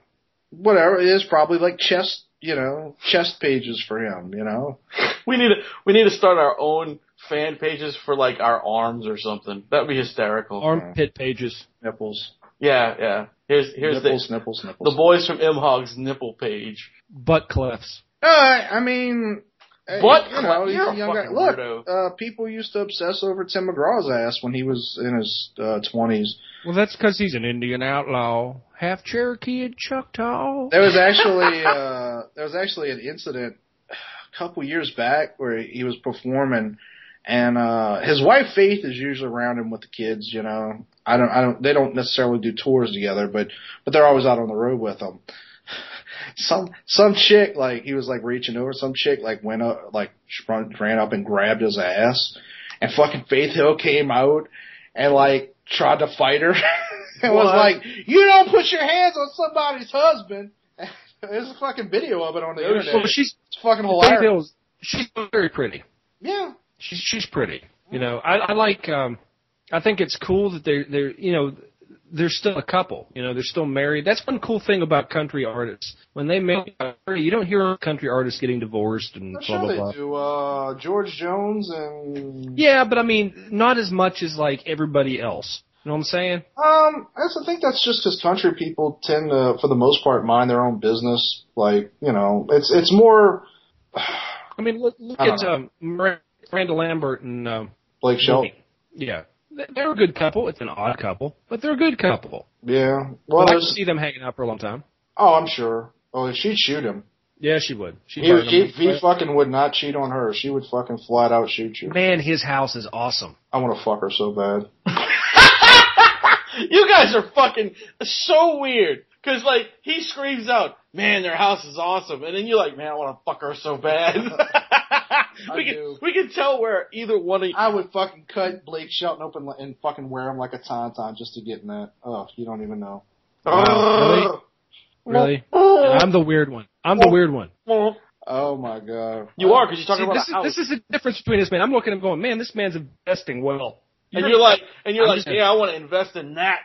[SPEAKER 6] whatever. It is probably like chest. You know, chest pages for him. You know,
[SPEAKER 5] We need to we need to start our own fan pages for like our arms or something. That'd be hysterical.
[SPEAKER 7] armpit pages.
[SPEAKER 6] nipples,
[SPEAKER 5] yeah, yeah. Here's here's
[SPEAKER 6] nipples, nipples,
[SPEAKER 5] the
[SPEAKER 6] nipples.
[SPEAKER 5] the boys from M Hog's nipple page. [LAUGHS]
[SPEAKER 7] Butt clefts.
[SPEAKER 6] Uh, I mean, uh,
[SPEAKER 5] But-
[SPEAKER 6] you know, he's
[SPEAKER 5] you're
[SPEAKER 6] a
[SPEAKER 5] a
[SPEAKER 6] young guy.
[SPEAKER 5] fucking
[SPEAKER 6] Look,
[SPEAKER 5] weirdo.
[SPEAKER 6] uh, people used to obsess over Tim McGraw's ass when he was in his uh, twenties.
[SPEAKER 7] Well, that's because he's an Indian outlaw, half Cherokee and Choctaw.
[SPEAKER 6] there was actually
[SPEAKER 5] [LAUGHS]
[SPEAKER 6] uh, there was actually an incident a couple years back where he was performing, and uh, his wife Faith is usually around him with the kids. You know, I don't, I don't, they don't necessarily do tours together, but but they're always out on the road with him. Some some chick like he was like reaching over. Some chick like went up like sprung, ran up and grabbed his ass, and fucking Faith Hill came out and like tried to fight her. [LAUGHS] and was
[SPEAKER 5] What?
[SPEAKER 6] like, "You don't put your hands on somebody's husband." [LAUGHS] There's a fucking video of it on the internet.
[SPEAKER 7] Well, she's
[SPEAKER 6] it's fucking
[SPEAKER 7] Faith
[SPEAKER 6] hilarious.
[SPEAKER 7] Hill's- she's very pretty.
[SPEAKER 6] Yeah.
[SPEAKER 7] she's she's pretty. You know, I, I like. Um, I think it's cool that they're they're you know they're still a couple. You know, they're still married. That's one cool thing about country artists. When they marry, you don't hear country artists getting divorced and
[SPEAKER 6] I'm
[SPEAKER 7] blah
[SPEAKER 6] sure
[SPEAKER 7] blah
[SPEAKER 6] they
[SPEAKER 7] blah.
[SPEAKER 6] do. Uh, George Jones and
[SPEAKER 7] Yeah, but I mean, not as much as like everybody else. You know what I'm saying?
[SPEAKER 6] um, I also think that's just because country people tend to, for the most part, mind their own business. Like you know, it's it's more
[SPEAKER 7] I mean, look, look
[SPEAKER 6] I don't
[SPEAKER 7] at
[SPEAKER 6] know.
[SPEAKER 7] um, Mir- Miranda Lambert and um,
[SPEAKER 6] Blake Shelton.
[SPEAKER 7] yeah, They- they're a good couple. It's an odd couple, but they're a good couple.
[SPEAKER 6] Yeah.
[SPEAKER 7] I'd
[SPEAKER 6] Well,
[SPEAKER 7] like to
[SPEAKER 6] there's,
[SPEAKER 7] see them hanging out for a long time.
[SPEAKER 6] oh, I'm sure. Oh, she'd shoot him.
[SPEAKER 7] Yeah, she would. She
[SPEAKER 6] He, he, he fucking would not cheat on her. She would fucking flat out shoot you.
[SPEAKER 7] Man, his house is awesome.
[SPEAKER 6] I want to fuck her so bad.
[SPEAKER 5] You guys are fucking so weird. Cause like he screams out, "Man, their house is awesome," and then you're like, "Man, I want to fuck her so
[SPEAKER 7] [LAUGHS]
[SPEAKER 5] bad." [LAUGHS] we can
[SPEAKER 6] do.
[SPEAKER 5] we can tell where either one of you.
[SPEAKER 6] I would fucking cut Blake Shelton open and fucking wear him like a tauntaun just to get in that. Oh, you don't even [SIGHS] know.
[SPEAKER 7] Wow, Really? And I'm the weird one. I'm the weird one.
[SPEAKER 6] Oh my god.
[SPEAKER 5] You are because you're talking
[SPEAKER 7] See,
[SPEAKER 5] about
[SPEAKER 7] this,
[SPEAKER 5] a
[SPEAKER 7] is,
[SPEAKER 5] house,
[SPEAKER 7] this is the difference between this man. I'm looking at him going, man, this man's investing well.
[SPEAKER 5] and you're like, and you're
[SPEAKER 7] I'm
[SPEAKER 5] like,
[SPEAKER 7] just saying-
[SPEAKER 5] yeah, I want to invest in that.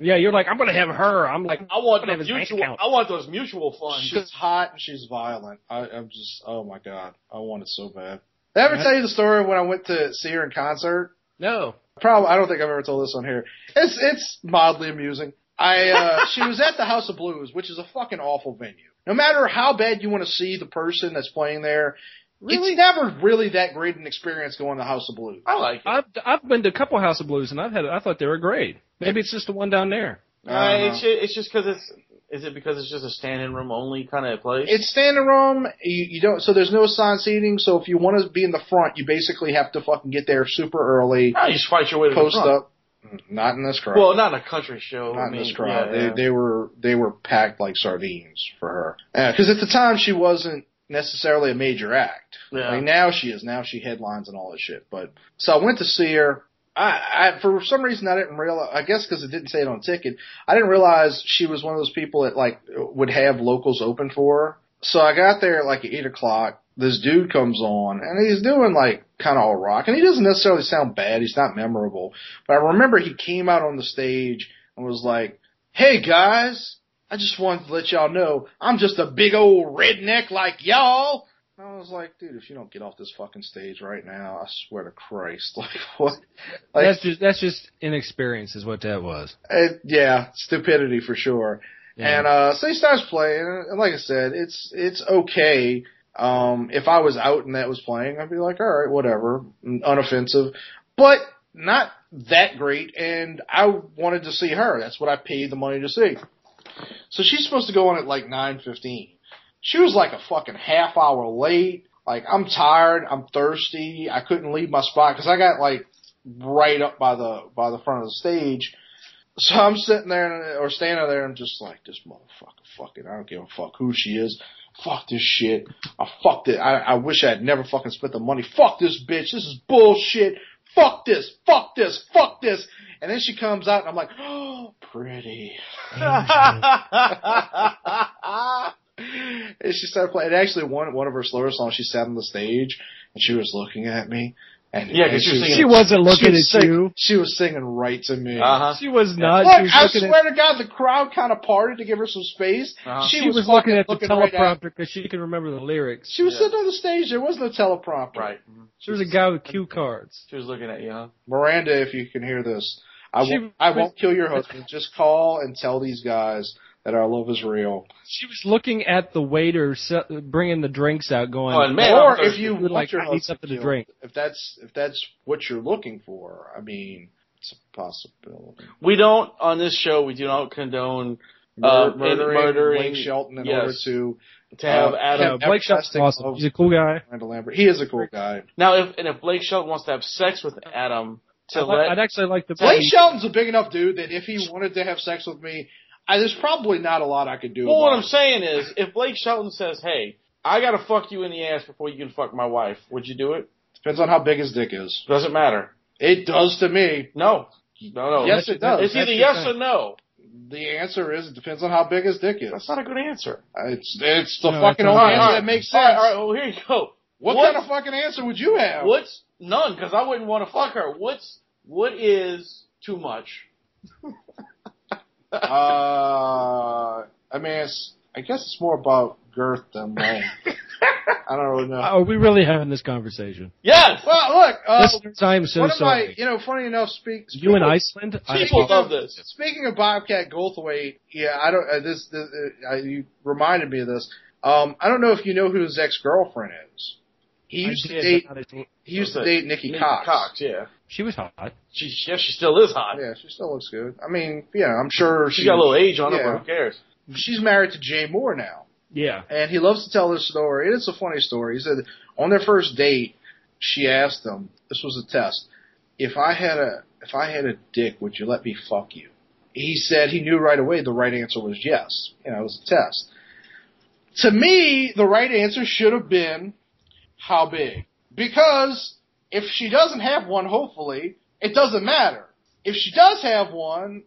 [SPEAKER 7] Yeah, you're like, I'm gonna have her. I'm like,
[SPEAKER 5] I want
[SPEAKER 7] Whatever
[SPEAKER 5] those
[SPEAKER 7] his bank
[SPEAKER 5] mutual.
[SPEAKER 7] account.
[SPEAKER 5] I want those mutual funds.
[SPEAKER 6] She's hot and she's violent. I, I'm just, oh my god, I want it so bad. Did I ever tell you the story when I went to see her in concert?
[SPEAKER 7] no.
[SPEAKER 6] Probably, I don't think I've ever told this on here. It's it's mildly amusing. I
[SPEAKER 5] [LAUGHS]
[SPEAKER 6] uh, she was at the House of Blues, which is a fucking awful venue. No matter how bad you want to see the person that's playing there, it's never really that great an experience going to the House of Blues.
[SPEAKER 5] I like it.
[SPEAKER 7] I've I've been to a couple House of Blues and I've had I thought they were great. Maybe it's just the one down there.
[SPEAKER 6] I don't
[SPEAKER 5] Uh, it's, ju- it's just because it's. Is it because it's just a standing room only kind of place?
[SPEAKER 6] It's standing room. You, you don't. So there's no assigned seating. So if you want to be in the front, you basically have to fucking get there super early,
[SPEAKER 5] No, you just fight your way to
[SPEAKER 6] post
[SPEAKER 5] the front.
[SPEAKER 6] up. Not in this crowd.
[SPEAKER 5] Well, not in a country show. I
[SPEAKER 6] not in
[SPEAKER 5] mean,
[SPEAKER 6] this crowd.
[SPEAKER 5] yeah, yeah.
[SPEAKER 6] They they were they were packed like sardines for her. Because at the time she wasn't necessarily a major act.
[SPEAKER 5] Yeah.
[SPEAKER 6] Like now she is. Now she headlines and all that shit. But so I went to see her. I, I for some reason I didn't realize. I guess because it didn't say it on ticket. I didn't realize she was one of those people that like would have locals open for her. So I got there at like eight o'clock. This dude comes on and he's doing like kind of all rock and he doesn't necessarily sound bad. He's not memorable, but I remember he came out on the stage and was like, Hey guys, I just wanted to let y'all know I'm just a big old redneck like y'all. And I was like, dude, if you don't get off this fucking stage right now, I swear to Christ, [LAUGHS] like what? Like,
[SPEAKER 7] that's just that's just inexperience is what that was.
[SPEAKER 6] it, yeah, stupidity for sure.
[SPEAKER 7] Yeah.
[SPEAKER 6] And uh, so he starts playing, and like I said, it's it's okay. Um, if I was out and that was playing, I'd be like, all right, whatever, unoffensive, but not that great. And I wanted to see her. That's what I paid the money to see. So she's supposed to go on at like nine fifteen. She was like a fucking half hour late. Like I'm tired, I'm thirsty. I couldn't leave my spot because I got like right up by the by the front of the stage. So I'm sitting there and- or standing there and just like this motherfucker fucking I don't give a fuck who she is. Fuck this shit. I fucked it. I, I wish I had never fucking spent the money. Fuck this bitch. This is bullshit. Fuck this. Fuck this. Fuck this. And then she comes out and I'm like, oh, pretty. [LAUGHS] and she started playing. And actually, one one of her slower songs, she sat on the stage and she was looking at me. And
[SPEAKER 5] Yeah, 'cause
[SPEAKER 6] and
[SPEAKER 5] she was
[SPEAKER 7] She wasn't looking
[SPEAKER 6] was
[SPEAKER 7] at
[SPEAKER 6] sing-
[SPEAKER 7] you.
[SPEAKER 6] She was singing right to me.
[SPEAKER 5] Uh-huh.
[SPEAKER 7] She was not.
[SPEAKER 6] Look,
[SPEAKER 7] she was
[SPEAKER 6] I
[SPEAKER 7] looking at,
[SPEAKER 6] swear to God, the crowd kind of parted to give her some space.
[SPEAKER 5] Uh-huh.
[SPEAKER 7] she,
[SPEAKER 6] She,
[SPEAKER 7] was,
[SPEAKER 6] was,
[SPEAKER 7] looking
[SPEAKER 6] fucking
[SPEAKER 7] at the
[SPEAKER 6] looking right
[SPEAKER 7] teleprompter because she can remember the lyrics.
[SPEAKER 6] She was
[SPEAKER 5] Yeah.
[SPEAKER 6] sitting on the stage. There was no teleprompter.
[SPEAKER 5] Right.
[SPEAKER 7] She was a guy with cue cards.
[SPEAKER 5] She was looking at you, huh?
[SPEAKER 6] Miranda, if you can hear this, I
[SPEAKER 7] She
[SPEAKER 6] won't, I
[SPEAKER 7] was-
[SPEAKER 6] won't kill your husband. Just call and tell these guys that our love is real.
[SPEAKER 7] She was looking at the waiter se- bringing the drinks out, going,
[SPEAKER 5] Oh, and man,
[SPEAKER 6] or
[SPEAKER 5] I'm
[SPEAKER 6] if you
[SPEAKER 7] thirsty.
[SPEAKER 6] want
[SPEAKER 7] Like,
[SPEAKER 6] your
[SPEAKER 7] I need
[SPEAKER 6] husband
[SPEAKER 7] something to
[SPEAKER 6] killed,
[SPEAKER 7] drink.
[SPEAKER 6] if that's if that's what you're looking for, I mean, it's a possibility.
[SPEAKER 5] We don't on this show. We do not condone Uh,
[SPEAKER 6] Mur-
[SPEAKER 5] and
[SPEAKER 6] murdering,
[SPEAKER 5] murdering-
[SPEAKER 6] Blake Shelton in
[SPEAKER 5] yes.
[SPEAKER 6] order to
[SPEAKER 5] to have
[SPEAKER 6] Uh,
[SPEAKER 7] yeah,
[SPEAKER 5] Adam.
[SPEAKER 6] yeah.
[SPEAKER 7] Blake Shelton's
[SPEAKER 6] everlasting
[SPEAKER 7] awesome.
[SPEAKER 6] love.
[SPEAKER 7] He's a cool guy.
[SPEAKER 6] Miranda Lambert. He is a cool guy.
[SPEAKER 5] Now, if and if Blake Shelton wants to have sex with Adam, to
[SPEAKER 7] I'd,
[SPEAKER 5] let
[SPEAKER 7] I'd actually like to.
[SPEAKER 6] Blake Shelton's a big enough dude that if he wanted to have sex with me, I, there's probably not a lot I could do.
[SPEAKER 5] Well,
[SPEAKER 6] about
[SPEAKER 5] what I'm
[SPEAKER 6] it.
[SPEAKER 5] saying is, if Blake Shelton says, "Hey, I gotta fuck you in the ass before you can fuck my wife," would you do it?
[SPEAKER 6] depends on how big his dick is.
[SPEAKER 5] Doesn't matter.
[SPEAKER 6] It does to me.
[SPEAKER 5] No, no, no.
[SPEAKER 6] yes, it does.
[SPEAKER 5] it's either yes or no.
[SPEAKER 6] The answer is it depends on how big his dick is.
[SPEAKER 5] That's not a good answer.
[SPEAKER 6] It's it's the
[SPEAKER 7] No,
[SPEAKER 6] fucking
[SPEAKER 7] that's
[SPEAKER 6] only
[SPEAKER 7] not-
[SPEAKER 6] answer
[SPEAKER 5] All right,
[SPEAKER 6] that makes
[SPEAKER 5] all
[SPEAKER 6] sense.
[SPEAKER 5] right, all right, well, here you go.
[SPEAKER 6] What,
[SPEAKER 5] What's-
[SPEAKER 6] kind of fucking answer would you have?
[SPEAKER 5] What's none? Because I wouldn't want to fuck her. What's what is too much?
[SPEAKER 6] Uh, I mean, it's, I guess it's more about girth
[SPEAKER 5] [LAUGHS]
[SPEAKER 6] than length. I don't really know.
[SPEAKER 7] Are we really having this conversation?
[SPEAKER 5] Yes.
[SPEAKER 6] Well, look, uh,
[SPEAKER 7] Listeners, I am so
[SPEAKER 6] one of my,
[SPEAKER 7] sorry.
[SPEAKER 6] you know, funny enough, speak.
[SPEAKER 7] you in Iceland? I
[SPEAKER 5] People
[SPEAKER 6] Speaking
[SPEAKER 5] love
[SPEAKER 6] of-
[SPEAKER 5] this.
[SPEAKER 6] Speaking of Bobcat Goldthwait, yeah, I don't. Uh, this, this uh, you reminded me of this. Um, I don't know if you know who his ex girlfriend is. He
[SPEAKER 7] I
[SPEAKER 6] used to
[SPEAKER 7] did,
[SPEAKER 6] date.
[SPEAKER 7] but not as-
[SPEAKER 6] He used to
[SPEAKER 5] Was
[SPEAKER 6] date
[SPEAKER 5] it
[SPEAKER 6] Nikki,
[SPEAKER 5] Nikki
[SPEAKER 6] Cox.
[SPEAKER 5] yeah.
[SPEAKER 7] She was hot.
[SPEAKER 5] She, yeah, she still is hot.
[SPEAKER 6] Yeah, she still looks good. I mean, yeah, I'm sure
[SPEAKER 5] She's
[SPEAKER 6] she-
[SPEAKER 5] got a little age on her,
[SPEAKER 6] Yeah.
[SPEAKER 5] but who cares?
[SPEAKER 6] She's married to Jay Moore now.
[SPEAKER 7] Yeah.
[SPEAKER 6] and he loves to tell this story. It's a funny story. He said on their first date, she asked him, "This was a test. If I had a if I had a dick, would you let me fuck you?" He said he knew right away the right answer was yes. You know, it was a test. To me, the right answer should have been how big, because if she doesn't have one, hopefully it doesn't matter. If she does have one,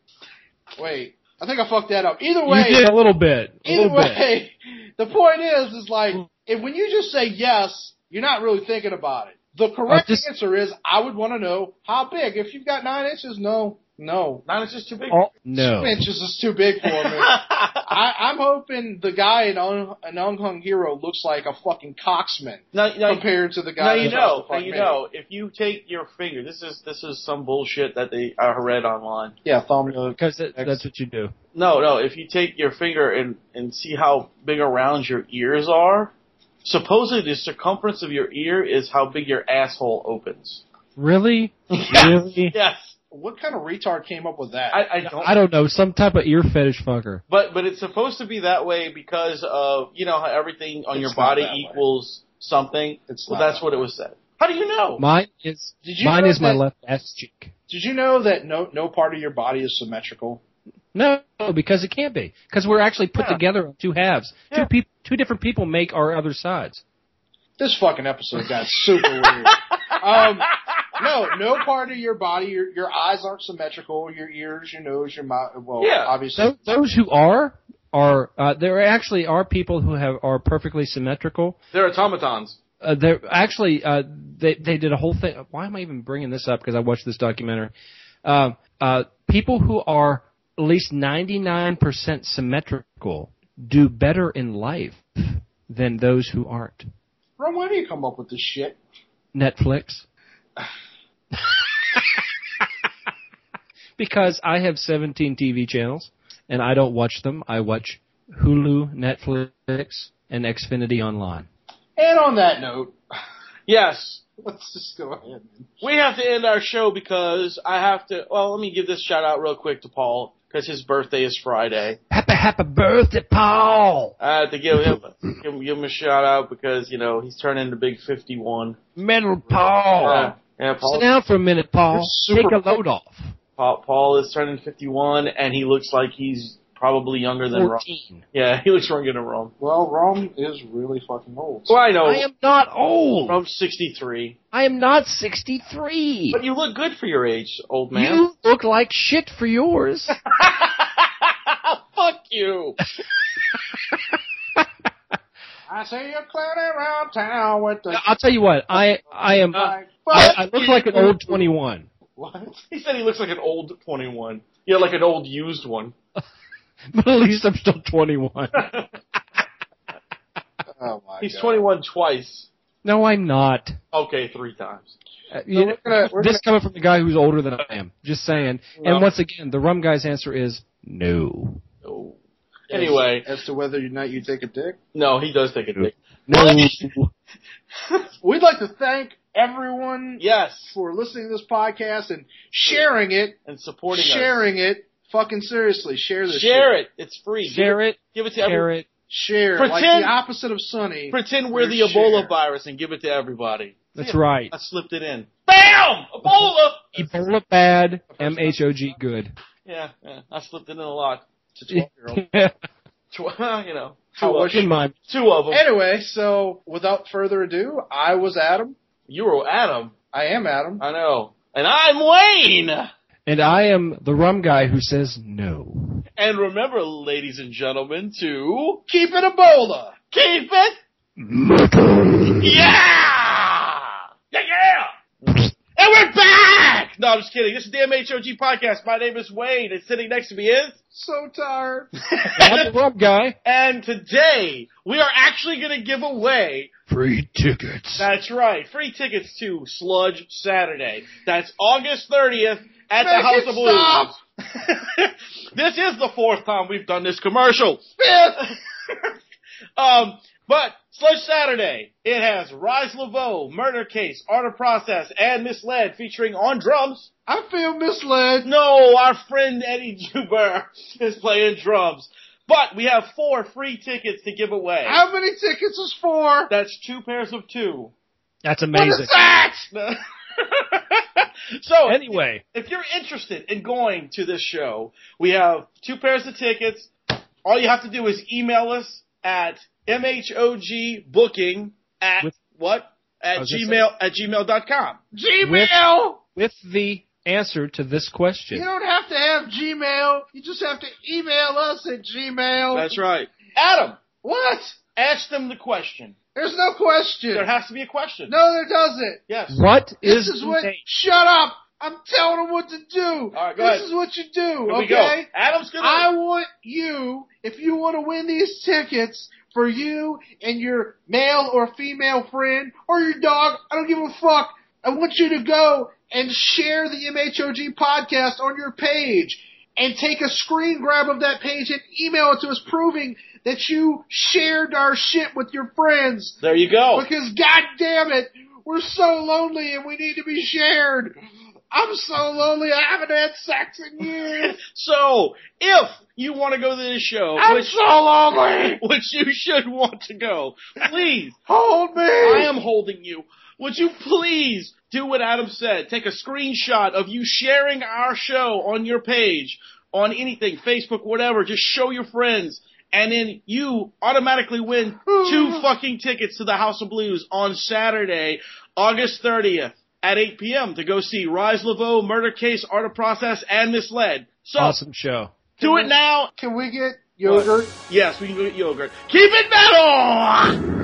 [SPEAKER 6] wait, I think I fucked that up. Either way,
[SPEAKER 7] You did a little bit. A
[SPEAKER 6] Either
[SPEAKER 7] little bit.
[SPEAKER 6] way, [LAUGHS] the point is, is like if when you just say yes, you're not really thinking about it. The correct
[SPEAKER 7] just-
[SPEAKER 6] answer is, I would want to know how big. If you've got nine inches, no, No,
[SPEAKER 5] Nine inches too big.
[SPEAKER 7] All, Oh, no.
[SPEAKER 6] two inches is too big for [LAUGHS]
[SPEAKER 7] [LAUGHS]
[SPEAKER 6] me. I, I'm hoping the guy in Un- an Unhung Hero looks like a fucking coxman
[SPEAKER 5] Now, now,
[SPEAKER 6] compared to the guy.
[SPEAKER 5] now
[SPEAKER 6] in
[SPEAKER 5] you
[SPEAKER 6] Just
[SPEAKER 5] know.
[SPEAKER 6] the
[SPEAKER 5] Now
[SPEAKER 6] Fuck
[SPEAKER 5] you
[SPEAKER 6] Me.
[SPEAKER 5] know. If you take your finger, this is this is some bullshit that they I read online.
[SPEAKER 6] Yeah, thumb. uh,
[SPEAKER 7] Because that, that's what you do.
[SPEAKER 5] No, no. If you take your finger and and see how big around your ears are, supposedly the circumference of your ear is how big your asshole
[SPEAKER 6] [LAUGHS]
[SPEAKER 5] opens.
[SPEAKER 7] Really? Really?
[SPEAKER 5] Yes,
[SPEAKER 6] What kind of retard came up with that?
[SPEAKER 5] I, I don't.
[SPEAKER 7] I don't know. Some type of ear fetish fucker.
[SPEAKER 5] But but it's supposed to be that way because of you know how everything on
[SPEAKER 6] It's
[SPEAKER 5] your
[SPEAKER 6] not
[SPEAKER 5] body
[SPEAKER 6] that way.
[SPEAKER 5] equals something.
[SPEAKER 6] It's
[SPEAKER 5] well,
[SPEAKER 6] not
[SPEAKER 5] that's
[SPEAKER 6] that
[SPEAKER 5] what it was said. How do you know?
[SPEAKER 7] Mine is
[SPEAKER 6] Did you
[SPEAKER 7] mine
[SPEAKER 6] know
[SPEAKER 7] is my
[SPEAKER 6] that-
[SPEAKER 7] left ass cheek.
[SPEAKER 6] Did you know that no no part of your body is symmetrical?
[SPEAKER 7] No, because it can't be. Because we're actually put
[SPEAKER 5] Yeah.
[SPEAKER 7] together on two halves.
[SPEAKER 5] Yeah.
[SPEAKER 7] Two people, two different people make our other sides.
[SPEAKER 6] This fucking episode got super weird. Um, no, no part of your body, your your eyes aren't symmetrical. Your ears, your nose, your mouth. Well,
[SPEAKER 5] Yeah.
[SPEAKER 6] obviously,
[SPEAKER 7] So those who are are uh, there actually are people who have are perfectly symmetrical.
[SPEAKER 5] They're automatons.
[SPEAKER 7] Uh, they're actually uh, they they did a whole thing. Why am I even bringing this up? Because I watched this documentary. Um uh, people who are at least ninety nine percent symmetrical do better in life than those who aren't.
[SPEAKER 6] Ron, why do you come up with this shit?
[SPEAKER 7] Netflix. [LAUGHS] because I have 17 TV channels and I don't watch them. I watch Hulu, Netflix, and Xfinity Online.
[SPEAKER 6] And on that note, [LAUGHS]
[SPEAKER 5] Yes,
[SPEAKER 6] let's just go ahead.
[SPEAKER 5] we have to end our show because I have to. Well, let me give this shout out real quick to Paul because his birthday is Friday.
[SPEAKER 7] Happy, happy birthday, Paul!
[SPEAKER 5] I have to give him give, him- give him a shout out because you know he's turning the big fifty one.
[SPEAKER 7] Metal Paul!
[SPEAKER 5] Uh, yeah,
[SPEAKER 7] Sit
[SPEAKER 5] Paul,
[SPEAKER 7] down for a minute, Paul.
[SPEAKER 6] You're
[SPEAKER 7] Take
[SPEAKER 6] super
[SPEAKER 7] a load off.
[SPEAKER 5] Paul Paul is turning fifty one and he looks like he's probably younger than Ron.
[SPEAKER 7] 14.
[SPEAKER 5] Yeah, [LAUGHS] he looks younger than Ron.
[SPEAKER 6] Well, Rome is really fucking old.
[SPEAKER 5] Well, I know.
[SPEAKER 7] I am not old.
[SPEAKER 5] From 63.
[SPEAKER 7] I am not 63.
[SPEAKER 5] But you look good for your age, old man.
[SPEAKER 7] You look like shit
[SPEAKER 6] [LAUGHS]
[SPEAKER 7] for yours.
[SPEAKER 5] [LAUGHS] Fuck you.
[SPEAKER 6] I see you clowning around town with [LAUGHS] the.
[SPEAKER 7] I'll tell you what. I I am
[SPEAKER 6] like,
[SPEAKER 7] I,
[SPEAKER 5] [LAUGHS]
[SPEAKER 6] fuck
[SPEAKER 7] I look like an
[SPEAKER 6] you.
[SPEAKER 7] old 21.
[SPEAKER 6] What?
[SPEAKER 5] He said he looks like an old 21. Yeah, like an old used one.
[SPEAKER 7] [LAUGHS] But at least I'm still
[SPEAKER 6] [LAUGHS]
[SPEAKER 7] 21.
[SPEAKER 6] Oh my
[SPEAKER 5] He's
[SPEAKER 6] god.
[SPEAKER 5] 21 twice.
[SPEAKER 7] No, I'm not.
[SPEAKER 5] Okay, three times.
[SPEAKER 7] Uh, you-
[SPEAKER 6] we're gonna- we're
[SPEAKER 7] this coming from the guy who's older than I am. Just saying.
[SPEAKER 5] No.
[SPEAKER 7] And once again, the rum guy's answer is no.
[SPEAKER 5] Oh. Anyway,
[SPEAKER 6] As, as to whether or not you take a dick.
[SPEAKER 5] no, he does take a dick.
[SPEAKER 7] No.
[SPEAKER 6] We'd like to thank everyone
[SPEAKER 5] Yes,
[SPEAKER 6] for listening to this podcast and sharing it.
[SPEAKER 5] and supporting
[SPEAKER 6] sharing it. Fucking seriously, share
[SPEAKER 5] us.
[SPEAKER 6] this.
[SPEAKER 5] Share
[SPEAKER 6] shit.
[SPEAKER 5] it. It's free.
[SPEAKER 7] Share it.
[SPEAKER 5] Give it to
[SPEAKER 7] Share
[SPEAKER 5] everyone.
[SPEAKER 7] it.
[SPEAKER 6] Share.
[SPEAKER 5] Pretend-
[SPEAKER 6] Like the opposite of Sunny.
[SPEAKER 5] Pretend we're the
[SPEAKER 6] Share.
[SPEAKER 5] Ebola virus and give it to everybody.
[SPEAKER 7] That's
[SPEAKER 5] Yeah.
[SPEAKER 7] right.
[SPEAKER 5] I slipped it in. Bam! Ebola!
[SPEAKER 7] Ebola bad, M-H-O-G good.
[SPEAKER 5] Yeah, yeah I slipped it in a lot.
[SPEAKER 6] To 12-year-old.
[SPEAKER 5] [LAUGHS]
[SPEAKER 7] [LAUGHS]
[SPEAKER 5] Tw- [LAUGHS] you know, two
[SPEAKER 6] How
[SPEAKER 5] of,
[SPEAKER 6] was
[SPEAKER 7] In my,
[SPEAKER 5] two of them.
[SPEAKER 6] Anyway, so without further ado, I was Adam.
[SPEAKER 5] You were Adam.
[SPEAKER 6] I am Adam.
[SPEAKER 5] I know. And I'm Wayne.
[SPEAKER 7] and I am the rum guy who says no.
[SPEAKER 5] And remember, ladies and gentlemen, to
[SPEAKER 6] Keep it Ebola.
[SPEAKER 5] keep it. Yeah! Yeah, yeah! And we're back! No, I'm just kidding. This is the MHOG podcast. My name is Wayne, and sitting next to me is.
[SPEAKER 6] So tired.
[SPEAKER 7] I'm the rum guy.
[SPEAKER 5] [LAUGHS] and today, we are actually going to give away
[SPEAKER 7] Free tickets.
[SPEAKER 5] That's right. Free tickets to Sludge Saturday. That's August 30th at the
[SPEAKER 6] Make
[SPEAKER 5] House
[SPEAKER 6] it
[SPEAKER 5] of Blues. [LAUGHS] this is the fourth time we've done this commercial. [LAUGHS] um, but Sludge Saturday, it has Rise Laveau, Murder Case, Art of Process, and Misled featuring on drums.
[SPEAKER 6] I feel misled.
[SPEAKER 5] No, our friend Eddie [LAUGHS] Juber is playing drums. But we have four free tickets to give away.
[SPEAKER 6] How many tickets is for?
[SPEAKER 5] That's two pairs of two.
[SPEAKER 7] That's
[SPEAKER 6] What
[SPEAKER 7] amazing.
[SPEAKER 6] is that?
[SPEAKER 5] No. [LAUGHS] so
[SPEAKER 7] Anyway,
[SPEAKER 5] if you're interested in going to this show, we have two pairs of tickets. All you have to do is email us at mhogbooking at
[SPEAKER 7] With-
[SPEAKER 5] what?
[SPEAKER 7] I
[SPEAKER 5] At
[SPEAKER 7] was gonna
[SPEAKER 5] gmail at gmail.com.
[SPEAKER 6] Gmail.
[SPEAKER 7] with the answer to this question.
[SPEAKER 6] You don't have to have Gmail. You just have to email us at Gmail.
[SPEAKER 5] That's right. Adam,
[SPEAKER 6] What?
[SPEAKER 5] ask them the question.
[SPEAKER 6] There's no question.
[SPEAKER 5] There has to be a question.
[SPEAKER 6] no, there doesn't.
[SPEAKER 5] Yes.
[SPEAKER 7] What
[SPEAKER 6] This
[SPEAKER 7] is,
[SPEAKER 6] is what.
[SPEAKER 7] the name?
[SPEAKER 6] Shut up. I'm telling them what to do.
[SPEAKER 5] right, go
[SPEAKER 6] this
[SPEAKER 5] ahead.
[SPEAKER 6] is what you do,
[SPEAKER 5] Here we
[SPEAKER 6] okay?
[SPEAKER 5] go. Adam's gonna.
[SPEAKER 6] I want you, if you want to win these tickets for you and your male or female friend or your dog, I don't give a fuck. I want you to go and share the MHOG podcast on your page and take a screen grab of that page and email it to us proving that you shared our shit with your friends
[SPEAKER 5] there you go.
[SPEAKER 6] because god damn it, we're so lonely and we need to be shared. I'm so lonely I haven't had sex in years.
[SPEAKER 5] So, if you want to go to this show,
[SPEAKER 6] I'm
[SPEAKER 5] which,
[SPEAKER 6] so lonely.
[SPEAKER 5] which you should want to go, please,
[SPEAKER 6] Hold me.
[SPEAKER 5] I am holding you. Would you please do what Adam said? Take a screenshot of you sharing our show on your page, on anything, Facebook, whatever. Just show your friends, and then you automatically win two fucking tickets to the House of Blues on Saturday, August 30th at 8 p.m. to go see Rise Laveau, Murder Case, Art of Process, and Misled. So
[SPEAKER 7] Awesome show.
[SPEAKER 5] do it now
[SPEAKER 6] Can we get yogurt?
[SPEAKER 5] Yes, we can go get yogurt. Keep it metal!